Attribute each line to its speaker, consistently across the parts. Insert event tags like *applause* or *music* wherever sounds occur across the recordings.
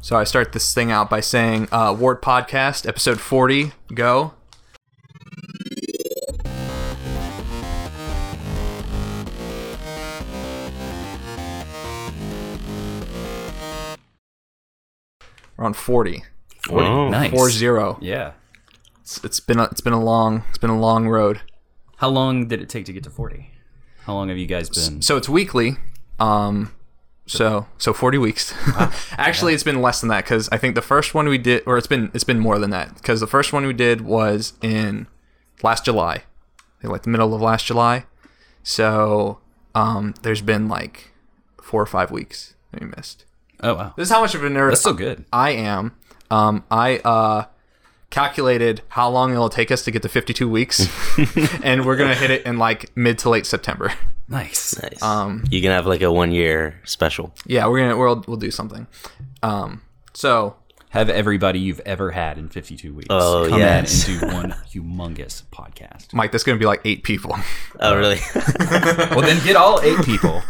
Speaker 1: So I start this thing out by saying uh, Ward Podcast, episode 40, go. We're on 40.
Speaker 2: Oh.
Speaker 3: Nice.
Speaker 1: 40.
Speaker 3: Yeah.
Speaker 1: It's, it's been a, it's been a long it's been a long road.
Speaker 3: How long did it take to get to 40? How long have you guys been?
Speaker 1: So it's weekly. Um, so so forty weeks. *laughs* Actually, it's been less than that because I think the first one we did, or it's been it's been more than that because the first one we did was in last July, I think, like the middle of last July. So um, there's been like four or five weeks that we missed.
Speaker 3: Oh, wow.
Speaker 1: This is how much of a nerd
Speaker 3: That's so good.
Speaker 1: I am. Um, I uh, calculated how long it'll take us to get to 52 weeks, *laughs* and we're gonna hit it in like mid to late September.
Speaker 3: Nice.
Speaker 2: Nice. Um, you can have like a one year special.
Speaker 1: Yeah, we're gonna we'll we'll do something. Um, so
Speaker 3: Have everybody you've ever had in 52 weeks
Speaker 2: Oh,
Speaker 3: come
Speaker 2: yes.
Speaker 3: in and do
Speaker 2: *laughs*
Speaker 3: one humongous podcast.
Speaker 1: Mike, that's gonna be like eight people. *laughs*
Speaker 2: Oh, really?
Speaker 3: Well, then get all eight people,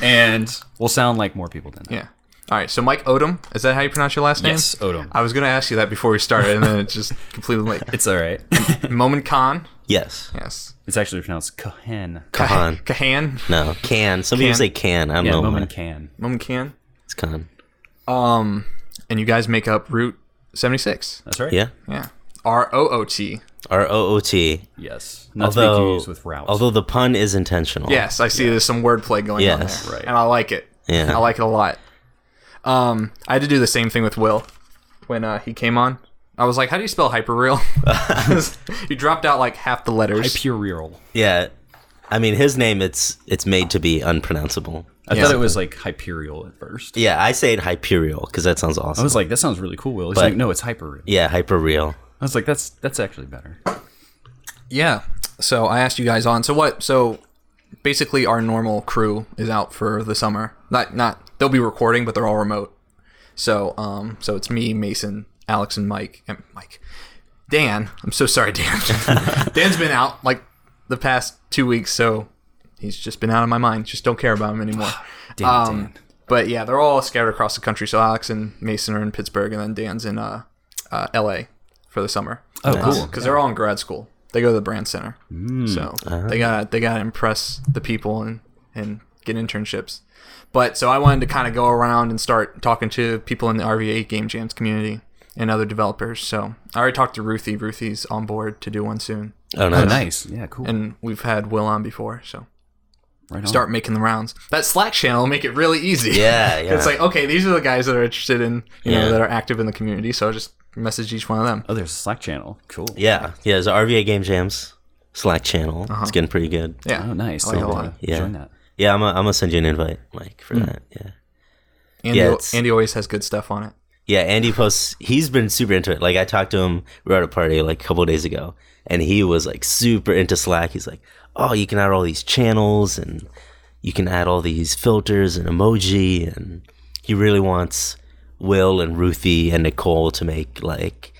Speaker 3: and we'll sound like more people than that.
Speaker 1: yeah. All right. So Mike Odom, is that how you pronounce your last name?
Speaker 3: Yes, Odom.
Speaker 1: I was gonna ask you that before we started, and then it just *laughs* completely like
Speaker 3: It's all right. *laughs*
Speaker 1: Momin Khan.
Speaker 2: *laughs* yes.
Speaker 1: Yes.
Speaker 3: it's actually pronounced Cahan.
Speaker 1: *laughs*
Speaker 2: Khan.
Speaker 1: Kahan.
Speaker 2: No, can. Some people
Speaker 1: Can.
Speaker 2: say can. I don't
Speaker 3: Yeah,
Speaker 2: know.
Speaker 3: Momin
Speaker 2: Moment.
Speaker 3: Can.
Speaker 1: Momin Khan. Um,
Speaker 2: It's con.
Speaker 1: And you guys make up Route 76.
Speaker 3: That's right.
Speaker 2: Yeah.
Speaker 1: Yeah. R O O T.
Speaker 2: R O O T.
Speaker 3: Yes. Not to be
Speaker 2: Although,
Speaker 3: confused with route.
Speaker 2: although the pun is intentional.
Speaker 1: Yes, I see there's some wordplay going
Speaker 2: Yes.
Speaker 1: on there.
Speaker 3: Right.
Speaker 1: And I like it.
Speaker 2: Yeah.
Speaker 1: I like it a lot. Um, I had to do the same thing with Will when uh, he came on. I was like, how do you spell
Speaker 2: *laughs*
Speaker 1: hyperreal? *laughs* you dropped out like half the letters.
Speaker 3: Hyperreal.
Speaker 2: Yeah. I mean, his name it's it's made to be unpronounceable.
Speaker 3: I
Speaker 1: Yeah.
Speaker 3: thought it was like Hyperial at first.
Speaker 2: Yeah, I say it hyperial because that sounds awesome.
Speaker 3: I was like, that sounds really cool, Will. He's
Speaker 2: But-
Speaker 3: like, no, it's Hyperreal.
Speaker 2: yeah, hyperreal.
Speaker 3: I was like, that's that's actually better.
Speaker 1: yeah. So I asked you guys on. So what? So basically, our normal crew is out for the summer. Not not they'll be recording, but they're all remote. So um, so it's me, Mason, Alex, and Mike. And Mike, Dan. I'm so sorry, Dan.
Speaker 2: *laughs*
Speaker 1: Dan's been out like the past two weeks, so he's just been out of my mind. Just don't care about him anymore.
Speaker 3: *sighs* Damn,
Speaker 1: Um, but yeah, they're all scattered across the country. So Alex and Mason are in Pittsburgh, and then Dan's in uh, uh, L.A. for the summer.
Speaker 3: Oh, cool. Hmm.
Speaker 1: Because they're all in grad school. They go to the brand center, so they got they got to impress the people and and get internships. But so I wanted to kind of go around and start talking to people in the RVA game jams community and other developers. So I already talked to Ruthie. Ruthie's on board to do one soon,
Speaker 2: Oh,
Speaker 3: *laughs*
Speaker 2: nice.
Speaker 3: Oh, nice. Yeah, cool.
Speaker 1: and we've had Will on before. So
Speaker 3: right on.
Speaker 1: start making the rounds. That Slack channel will make it really easy.
Speaker 2: Yeah,
Speaker 1: *laughs*
Speaker 2: yeah.
Speaker 1: It's like okay, these are the guys that are interested in you know
Speaker 2: Yeah.
Speaker 1: that are active in the community. So I just message each one of them.
Speaker 3: Oh, there's a Slack channel. Cool.
Speaker 2: yeah, yeah. There's a RVA Game Jams Slack channel. It's getting pretty good.
Speaker 1: Yeah.
Speaker 3: Oh, nice.
Speaker 1: I like
Speaker 3: I'll,
Speaker 1: it a
Speaker 3: uh,
Speaker 1: lot.
Speaker 2: Yeah.
Speaker 3: Join that.
Speaker 2: Yeah, I'm gonna I'm gonna send you an invite, Mike, for that. Yeah.
Speaker 1: Andy,
Speaker 2: Yeah, it's-
Speaker 1: Andy always has good stuff on it.
Speaker 2: Yeah, Andy posts. He's been super into it. Like I talked to him. We were at a party like a couple days ago, and he was like super into Slack. He's like, "Oh, you can add all these channels, and you can add all these filters and emoji." And he really wants Will and Ruthie and Nicole to make like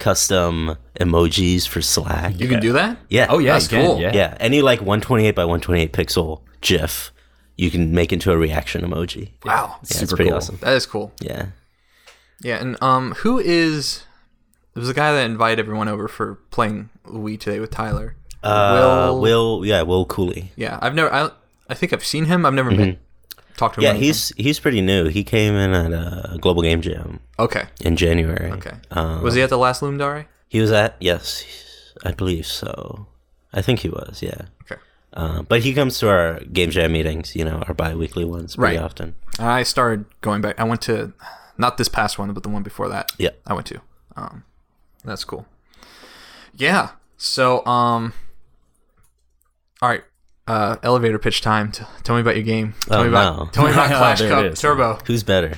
Speaker 2: custom emojis for Slack.
Speaker 1: You can do that?
Speaker 2: Yeah.
Speaker 3: Oh yeah,
Speaker 1: That's
Speaker 3: you can,
Speaker 1: cool.
Speaker 3: Yeah.
Speaker 2: Yeah. Any like 128 by 128 pixel GIF, you can make into a reaction emoji.
Speaker 1: Wow.
Speaker 2: Yeah, it's
Speaker 3: Super
Speaker 2: pretty
Speaker 3: cool.
Speaker 2: awesome.
Speaker 1: That is cool.
Speaker 2: Yeah.
Speaker 1: Yeah, and um who is it was the guy that invited everyone over for playing Wii today with Tyler.
Speaker 2: Uh, Will, yeah, Will Cooley.
Speaker 1: Yeah, I've never I I think I've seen him. I've never been talked to him. or
Speaker 2: Mm-hmm.
Speaker 1: anything.
Speaker 2: Yeah, he's he's pretty new. He came in at a global game jam
Speaker 1: Okay.
Speaker 2: in January.
Speaker 1: Okay.
Speaker 2: Um,
Speaker 1: was he at the last Lumdare?
Speaker 2: he was at yes, I believe so. I think he was. Yeah.
Speaker 1: Okay.
Speaker 2: Uh, but he comes to our game jam meetings, you know, our bi-weekly ones pretty
Speaker 1: Right.
Speaker 2: often.
Speaker 1: I started going back. I went to not this past one, but the one before that.
Speaker 2: Yeah.
Speaker 1: I went to. Um, that's cool. Yeah. So, um, all right. Uh, elevator pitch time. T- tell me about your game. Tell
Speaker 2: Oh,
Speaker 1: me about.
Speaker 2: no.
Speaker 1: Tell me
Speaker 2: *laughs*
Speaker 1: about Clash
Speaker 3: There it
Speaker 1: Cup
Speaker 3: is.
Speaker 1: Turbo.
Speaker 2: Who's better?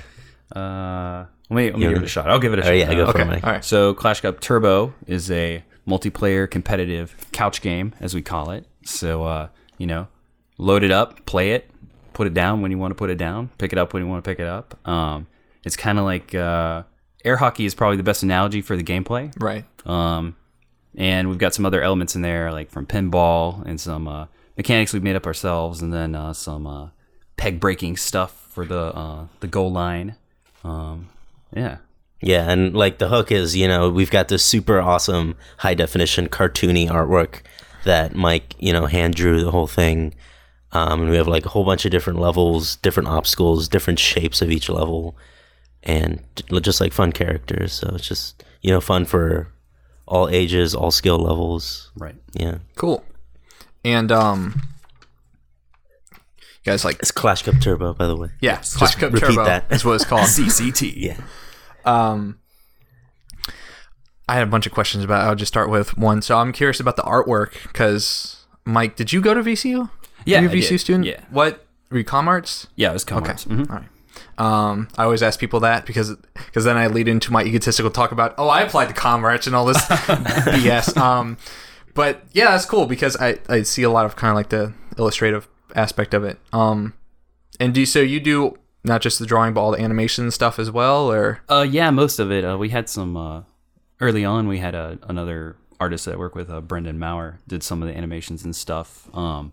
Speaker 3: Uh, let me let me give it a shot. I'll give it a
Speaker 2: Oh
Speaker 3: shot.
Speaker 2: yeah, go
Speaker 3: Uh,
Speaker 2: for
Speaker 1: Okay.
Speaker 2: it, Mike.
Speaker 1: All right.
Speaker 3: So Clash Cup Turbo is a multiplayer competitive couch game, as we call it. So uh, you know, load it up, play it, put it down when you want to put it down, pick it up when you want to pick it up. Um, it's kind of like uh, air hockey is probably the best analogy for the gameplay.
Speaker 1: Right.
Speaker 3: Um, and we've got some other elements in there, like from pinball and some uh, mechanics we've made up ourselves, and then uh, some uh, peg breaking stuff for the uh, the goal line. Um, Yeah.
Speaker 2: Yeah, and like the hook is, you know, we've got this super awesome high definition cartoony artwork that Mike, you know, hand drew the whole thing. Um, and we have like a whole bunch of different levels, different obstacles, different shapes of each level, and j- just like fun characters. So it's just, you know, fun for all ages, all skill levels.
Speaker 3: Right.
Speaker 2: Yeah.
Speaker 1: Cool. And um, you guys like
Speaker 2: It's Clash Cup Turbo, by the way.
Speaker 1: yeah, Clash Cup
Speaker 2: repeat
Speaker 1: Turbo
Speaker 2: that.
Speaker 1: is what it's
Speaker 3: *laughs*
Speaker 1: called. Um,
Speaker 3: CCT.
Speaker 2: Yeah.
Speaker 1: I had a bunch of questions about. it. I'll just start with one. So I'm curious about the artwork because Mike, did you go to VCU?
Speaker 3: Yeah,
Speaker 1: Were you
Speaker 3: I
Speaker 1: a VCU
Speaker 3: did.
Speaker 1: student.
Speaker 3: Yeah.
Speaker 1: What were you com arts?
Speaker 3: Yeah, it was Commerce. Mhm.
Speaker 1: All right. Um, I always ask people that because because then I lead into my egotistical talk about oh I applied to commerce and all this BS. Um, but yeah, that's cool because I, I see a lot of kind of like the illustrative aspect of it. Um, and do you- so you do not just the drawing but all the animation stuff as well, or
Speaker 3: Uh, yeah, most of it. Uh, we had some uh, early on. We had a, another artist that I work with, uh, Brendan Maurer, did some of the animations and stuff. Um,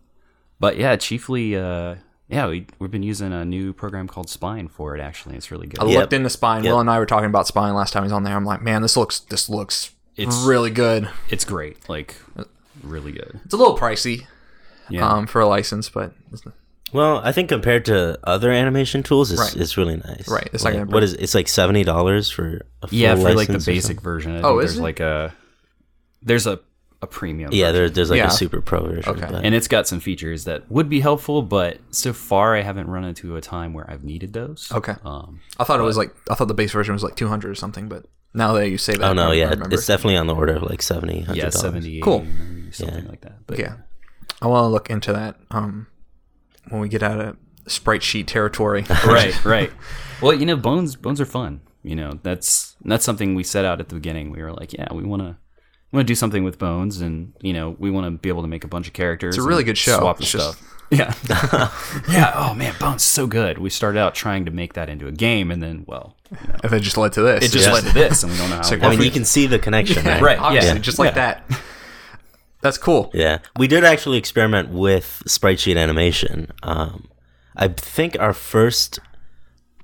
Speaker 3: but yeah, chiefly, uh, yeah, we we've been using a new program called Spine for it. Actually, it's really good.
Speaker 1: I looked into Spine.
Speaker 2: Yep.
Speaker 1: Will and I were talking about Spine last time he's on there. I'm like, man, this looks this looks
Speaker 3: It's-
Speaker 1: really good.
Speaker 3: It's great, like really good.
Speaker 1: It's a little pricey
Speaker 3: Yeah,
Speaker 1: um, for a license, but it's-
Speaker 2: Well, I think compared to other animation tools, it's,
Speaker 1: Right.
Speaker 2: it's really nice.
Speaker 1: Right, it's not
Speaker 2: like,
Speaker 1: gonna
Speaker 2: what
Speaker 1: bring-
Speaker 2: is it's like seventy dollars for a full
Speaker 3: yeah, for like the
Speaker 2: license or
Speaker 3: basic version. I
Speaker 1: Oh,
Speaker 3: think
Speaker 1: is
Speaker 3: there's
Speaker 1: it?
Speaker 3: like a there's a a premium.
Speaker 2: Yeah, there, there's like
Speaker 1: Yeah.
Speaker 2: a super pro version.
Speaker 1: Okay.
Speaker 2: But,
Speaker 3: and it's got some features that would be helpful, but so far I haven't run into a time where I've needed those.
Speaker 1: okay.
Speaker 3: Um,
Speaker 1: I thought it was like I thought the base version was like 200 or something, but now that you say that,
Speaker 2: oh
Speaker 1: I
Speaker 2: no,
Speaker 1: don't
Speaker 2: yeah,
Speaker 1: remember.
Speaker 2: it's definitely on the order of like 70 $100.
Speaker 3: yeah, seventy.
Speaker 1: Cool.
Speaker 3: Something like that. But
Speaker 1: yeah. I want to look into that um, when we get out of sprite sheet territory. *laughs*
Speaker 3: right, right. Well, you know, bones bones are fun. You know, that's that's something we set out at the beginning. We were like, yeah, we want to we want to do something with bones, and you know, we want to be able to make a bunch of characters.
Speaker 1: It's a really
Speaker 3: and
Speaker 1: good show.
Speaker 3: Swap the
Speaker 1: It's just-
Speaker 3: stuff.
Speaker 1: *laughs*
Speaker 3: *laughs* Yeah, yeah. Oh man, bones is so good. We started out trying to make that into a game, and then well,
Speaker 1: if it just led to this,
Speaker 3: it just
Speaker 1: yeah.
Speaker 3: led to this, and we
Speaker 1: *laughs*
Speaker 3: don't know how.
Speaker 1: So
Speaker 3: we
Speaker 2: I
Speaker 3: got
Speaker 2: mean, you can see the connection, right?
Speaker 3: Right.
Speaker 1: obviously
Speaker 3: yeah.
Speaker 1: just like
Speaker 3: Yeah.
Speaker 1: that. That's cool.
Speaker 2: Yeah, we did actually experiment with sprite sheet animation. Um, I think our first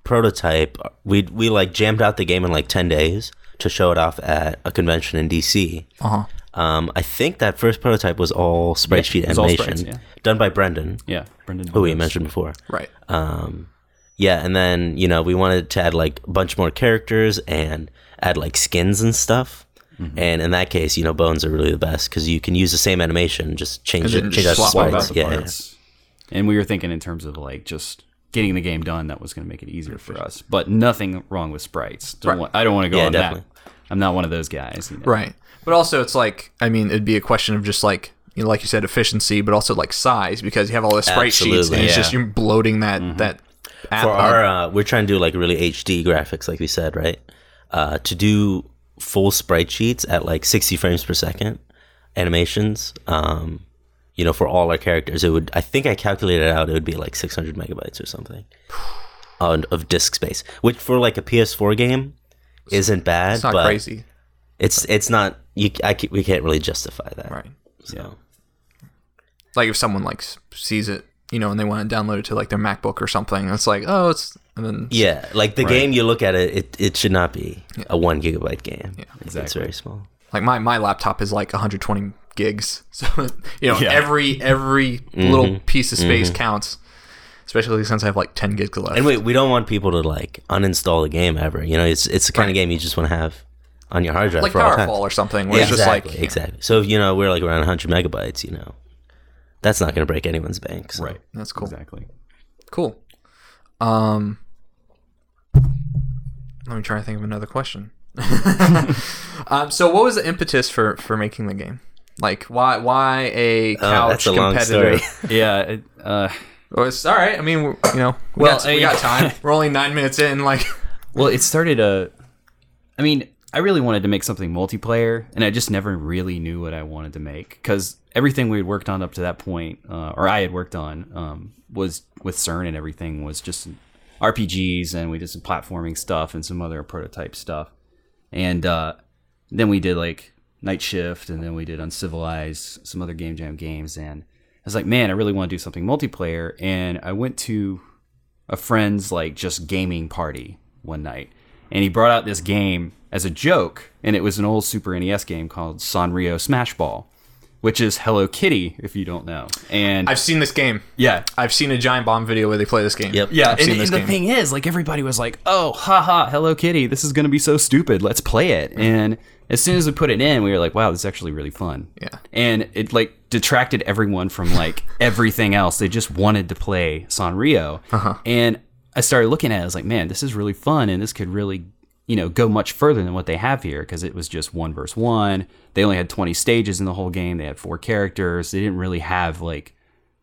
Speaker 2: prototype, we we like jammed out the game in like ten days to show it off at a convention in DC.
Speaker 1: Uh-huh.
Speaker 2: Um, I think that first prototype was all sprite sheet
Speaker 3: was all
Speaker 2: animation
Speaker 3: sprites, yeah.
Speaker 2: done by Brendan,
Speaker 3: Yeah, Brendan.
Speaker 2: who we mentioned before.
Speaker 1: Right.
Speaker 2: Um, yeah, and then you know we wanted to add like a bunch more characters and add like skins and stuff.
Speaker 1: Mm-hmm.
Speaker 2: And in that case, you know, bones are really the best because you can use the same animation, just change it,
Speaker 1: then
Speaker 2: change
Speaker 1: just
Speaker 2: out the
Speaker 1: swap out
Speaker 2: sprites.
Speaker 3: the
Speaker 2: Yeah, yeah.
Speaker 3: parts. And we were thinking in terms of like just getting the game done. That was going to make it easier for us. But nothing wrong with sprites. Don't
Speaker 1: Right.
Speaker 3: want, I don't want to go
Speaker 2: Yeah,
Speaker 3: on
Speaker 2: definitely.
Speaker 3: that. I'm not one of those guys. you know.
Speaker 1: Right. But also, it's like I mean, it'd be a question of just like you know, like you said, efficiency, but also like size because you have all the sprite sheets and
Speaker 2: Absolutely, Mm-hmm.
Speaker 1: it's just
Speaker 3: yeah.
Speaker 1: you're bloating that that. app
Speaker 2: For
Speaker 1: up.
Speaker 2: our, uh, we're trying to do like really HD graphics, like we said, right? Uh, to do full sprite sheets at like 60 frames per second animations, um, you know, for all our characters, it would. I think I calculated it out. It would be like 600 megabytes or something *sighs* on, of disk space, which for like a PS4 game isn't bad.
Speaker 1: it's not
Speaker 2: but
Speaker 1: crazy,
Speaker 2: It's it's not. You, I, ca- we can't really justify that.
Speaker 1: right?
Speaker 2: So.
Speaker 1: like if someone like s- sees it you know and they want to download it to like their macbook or something it's like oh it's and then
Speaker 2: Yeah, like the game you look at it, it, it should not be a one gigabyte game. Yeah, It's
Speaker 3: exactly.
Speaker 2: very small.
Speaker 1: like my my laptop is like 120 gigs *laughs* so you know
Speaker 3: Yeah.
Speaker 1: every every
Speaker 2: Mm-hmm.
Speaker 1: little piece of space counts especially since i have like 10 gigs left
Speaker 2: And wait, we don't want people to like uninstall the game ever. You know, it's it's the kind of game you just want to have on your hard drive
Speaker 1: like
Speaker 2: for all time.
Speaker 1: powerful or something where it's just
Speaker 2: exactly,
Speaker 1: like
Speaker 2: exactly. So you know, we're like around 100 megabytes. You know, that's not going to break anyone's bank. so.
Speaker 3: Right.
Speaker 1: that's cool
Speaker 3: Exactly.
Speaker 1: cool um let me try to think of another question *laughs* um so what was the impetus for for making the game like why why a
Speaker 2: Oh,
Speaker 1: couch
Speaker 2: that's a long
Speaker 1: competitor
Speaker 2: story. *laughs*
Speaker 3: Yeah. it- uh,
Speaker 1: Well, it's all right. I mean, we're- you know, we,
Speaker 3: Well,
Speaker 1: got, we
Speaker 3: I-
Speaker 1: got
Speaker 3: *laughs*
Speaker 1: time. We're only nine minutes in. Like,
Speaker 3: well, it started a. I mean, I really wanted to make something multiplayer, and I just never really knew what I wanted to make because everything we had worked on up to that point, uh, or I had worked on, um, was with CERN and everything was just RPGs, and we did some platforming stuff and some other prototype stuff, and uh, then we did like Night Shift, and then we did Uncivilized, some other game jam games, and I was like, man, I really want to do something multiplayer, and I went to a friend's like just gaming party one night and he brought out this game as a joke, and it was an old Super NES game called Sanrio Smash Ball, which is Hello Kitty, if you don't know. And
Speaker 1: I've seen this game.
Speaker 3: yeah,
Speaker 1: I've seen a giant bomb video where they play this game.
Speaker 2: Yep.
Speaker 3: yeah,
Speaker 1: I've
Speaker 3: and,
Speaker 1: seen
Speaker 3: and
Speaker 1: this
Speaker 3: the
Speaker 1: game.
Speaker 3: thing is, like everybody was like, "Oh, haha, Hello Kitty, this is gonna be so stupid. Let's play it."
Speaker 1: Mm-hmm.
Speaker 3: And as soon as we put it in, we were like, "Wow, this is actually really fun."
Speaker 1: Yeah.
Speaker 3: and it like detracted everyone
Speaker 1: *laughs*
Speaker 3: from like everything else. They just wanted to play Sanrio,
Speaker 1: Uh-huh.
Speaker 3: and I started looking at it. I was like, "Man, this is really fun, and this could really." You know, go much further than what they have here because it was just one verse one. They only had 20 stages in the whole game. They had four characters. They didn't really have like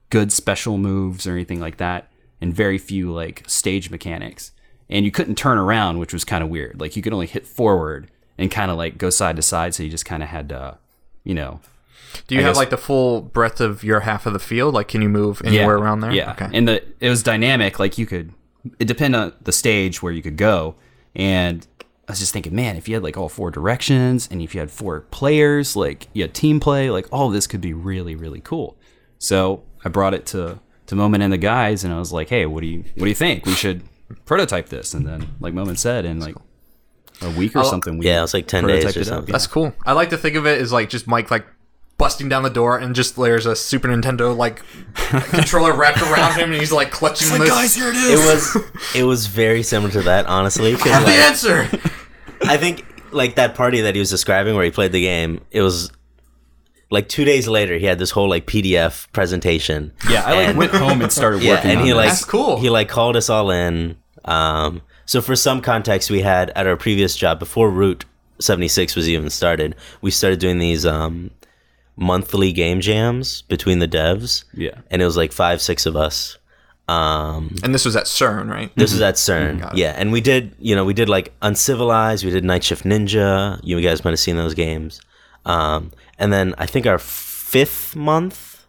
Speaker 3: good special moves or anything like that, and very few like stage mechanics. And you couldn't turn around, which was kind of weird. Like you could only hit forward and kind of like go side to side, so you just kind of had to, you know,
Speaker 1: Do you
Speaker 3: I
Speaker 1: have
Speaker 3: guess-
Speaker 1: like the full breadth of your half of the field? Like, can you move anywhere around there?
Speaker 3: Yeah,
Speaker 1: Okay.
Speaker 3: and the it was dynamic. Like you could, it depended on the stage where you could go. And I was just thinking, man, if you had like all four directions, and if you had four players, like you had team play, like all this could be really, really cool. So I brought it to to Moment and the guys, and I was like, hey, what do you what do you think? We should prototype this. And then, like Moment said, in like a week or something, we
Speaker 2: Oh, Yeah, it was like 10 days
Speaker 3: prototyped it
Speaker 2: or
Speaker 3: up.
Speaker 2: something.
Speaker 1: That's cool. I like to think of it as like just Mike like busting down the door and just there's a Super Nintendo
Speaker 3: *laughs*
Speaker 1: like controller wrapped around him and he's like clutching this.
Speaker 3: Oh here it
Speaker 2: It
Speaker 3: is.
Speaker 2: was it was very similar to that, honestly. 'cause,
Speaker 1: *laughs* the
Speaker 2: like,
Speaker 1: answer.
Speaker 2: I think like that party that he was describing where he played the game, it was like two days later he had this whole like PDF presentation.
Speaker 3: Yeah, I like
Speaker 2: And-
Speaker 3: went home and started
Speaker 2: *laughs* Yeah,
Speaker 3: working.
Speaker 2: and
Speaker 3: on
Speaker 2: he
Speaker 3: this.
Speaker 2: like
Speaker 1: That's cool.
Speaker 2: He like called us all in. Um, so for some context, we had at our previous job before Route seventy six was even started, we started doing these um, monthly game jams between the devs.
Speaker 3: Yeah.
Speaker 2: and it was like five six of us. Um,
Speaker 1: And this was at CERN, right?
Speaker 2: this was at CERN.
Speaker 1: Mm-hmm. Mm, Got it.
Speaker 2: Yeah, and we did, you know, we did like Uncivilized, we did Night Shift Ninja. You guys might have seen those games. Um, and then I think our fifth month,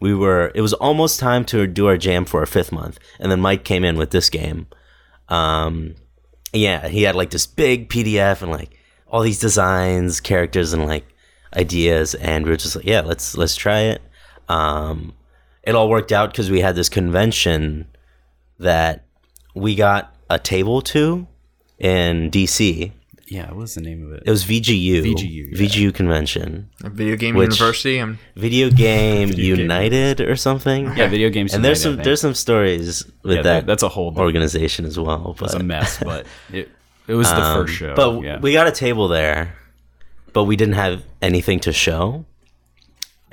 Speaker 2: we were, it was almost time to do our jam for our fifth month. And then Mike came in with this game. Um, yeah, he had like this big PDF and like all these designs, characters, and like ideas. And we were just like, yeah, let's let's try it. Um, it all worked out because we had this convention that we got a table to in DC.
Speaker 3: yeah, what was the name of it?
Speaker 2: It was VGU,
Speaker 3: VGU, yeah.
Speaker 2: VGU convention,
Speaker 1: At Video Game
Speaker 2: Which-
Speaker 1: University. And
Speaker 2: Video
Speaker 3: *laughs*
Speaker 2: Game United or something.
Speaker 3: yeah, video games.
Speaker 2: and
Speaker 3: United, I
Speaker 2: there's some
Speaker 3: think.
Speaker 2: there's some stories with
Speaker 3: Yeah,
Speaker 2: that.
Speaker 3: that- that's a whole
Speaker 2: organization as well. But
Speaker 3: It's a mess,
Speaker 2: *laughs*
Speaker 3: but it it was the first show.
Speaker 2: Um, But
Speaker 3: yeah.
Speaker 2: we got a table there, but we didn't have anything to show.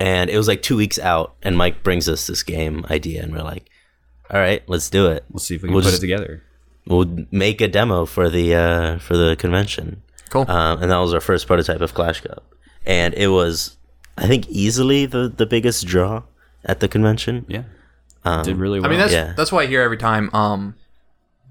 Speaker 2: And it was like two weeks out, and Mike brings us this game idea, and we're like, "All right, let's do it.
Speaker 3: we'll see if we can
Speaker 2: we'll
Speaker 3: put
Speaker 2: just-
Speaker 3: it together.
Speaker 2: We'll make a demo for the uh, for the convention."
Speaker 1: cool.
Speaker 3: Uh,
Speaker 2: Um, and that was our first prototype of Clash Cup, and it was, I think, easily the the biggest draw at the convention.
Speaker 3: Yeah,
Speaker 2: Um,
Speaker 3: did really well.
Speaker 1: I mean, that's
Speaker 2: yeah.
Speaker 1: that's why I hear every time. Um,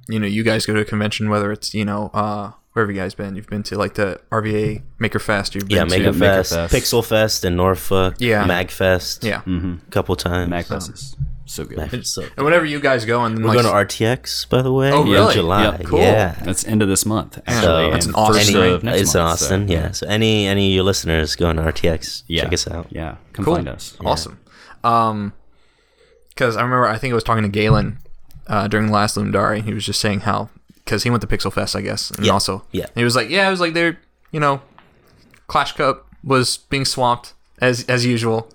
Speaker 1: you know, you guys go to a convention, whether it's you know, uh, wherever you guys been. You've been to like the RVA Maker Fest. You've been
Speaker 2: Yeah,
Speaker 1: to-
Speaker 2: Maker
Speaker 3: Maker
Speaker 2: Fest,
Speaker 3: Fest.
Speaker 2: Pixel Fest, and Norfolk.
Speaker 1: Yeah.
Speaker 2: Magfest.
Speaker 1: yeah.
Speaker 3: Mm-hmm.
Speaker 2: a couple times.
Speaker 3: Magfest is so good.
Speaker 2: Magfest. So
Speaker 1: And whenever you guys go and then,
Speaker 2: We're
Speaker 1: like,
Speaker 2: going to RTX, by the way.
Speaker 1: Oh,
Speaker 2: in
Speaker 1: really?
Speaker 2: July.
Speaker 3: Yeah,
Speaker 1: cool.
Speaker 2: Yeah.
Speaker 3: That's end of this month. Actually,
Speaker 2: So-
Speaker 3: and
Speaker 2: That's
Speaker 1: an awesome
Speaker 3: first
Speaker 1: thing.
Speaker 3: of next
Speaker 2: it's in
Speaker 3: month, so-
Speaker 2: Austin. Yeah. So any any of your listeners going to RTX,
Speaker 3: Yeah.
Speaker 2: check us out.
Speaker 3: Yeah, come
Speaker 1: Cool.
Speaker 3: find us.
Speaker 1: Awesome. Um, because I remember I think I was talking to Galen uh, during the last Lumdari. He was just saying how because he went to Pixel Fest, I guess, and
Speaker 2: Yeah,
Speaker 1: also
Speaker 2: yeah.
Speaker 1: he was like, yeah, it was like they're you know, Clash Cup was being swamped as as
Speaker 2: *laughs*
Speaker 1: usual.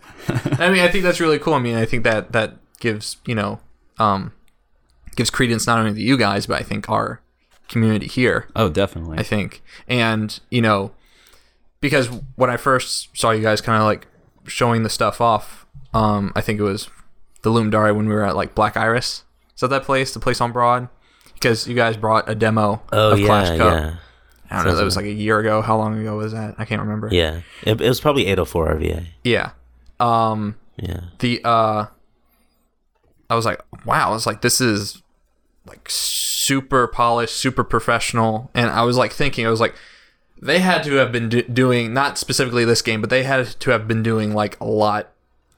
Speaker 1: I mean, I think that's really cool. I mean, I think that that gives you know, um, gives credence not only to you guys but I think our community here.
Speaker 3: Oh, definitely.
Speaker 1: I think. And, you know, because when I first saw you guys kind of like showing the stuff off, um, I think it was the Loomdari when we were at like Black Iris. Is that that place, the place on Broad? Because you guys brought a demo
Speaker 2: Oh,
Speaker 1: of
Speaker 2: yeah.
Speaker 1: Clash Cup.
Speaker 2: Yeah.
Speaker 1: I don't know, that was like a year ago. How long ago was that? I can't remember.
Speaker 2: Yeah. It, it was probably 804 RVA.
Speaker 1: Yeah. Um,
Speaker 2: Yeah.
Speaker 1: the uh I was like, wow, I was like, this is like super polished, super professional. And I was like thinking, I was like, they had to have been do- doing not specifically this game, but they had to have been doing like a lot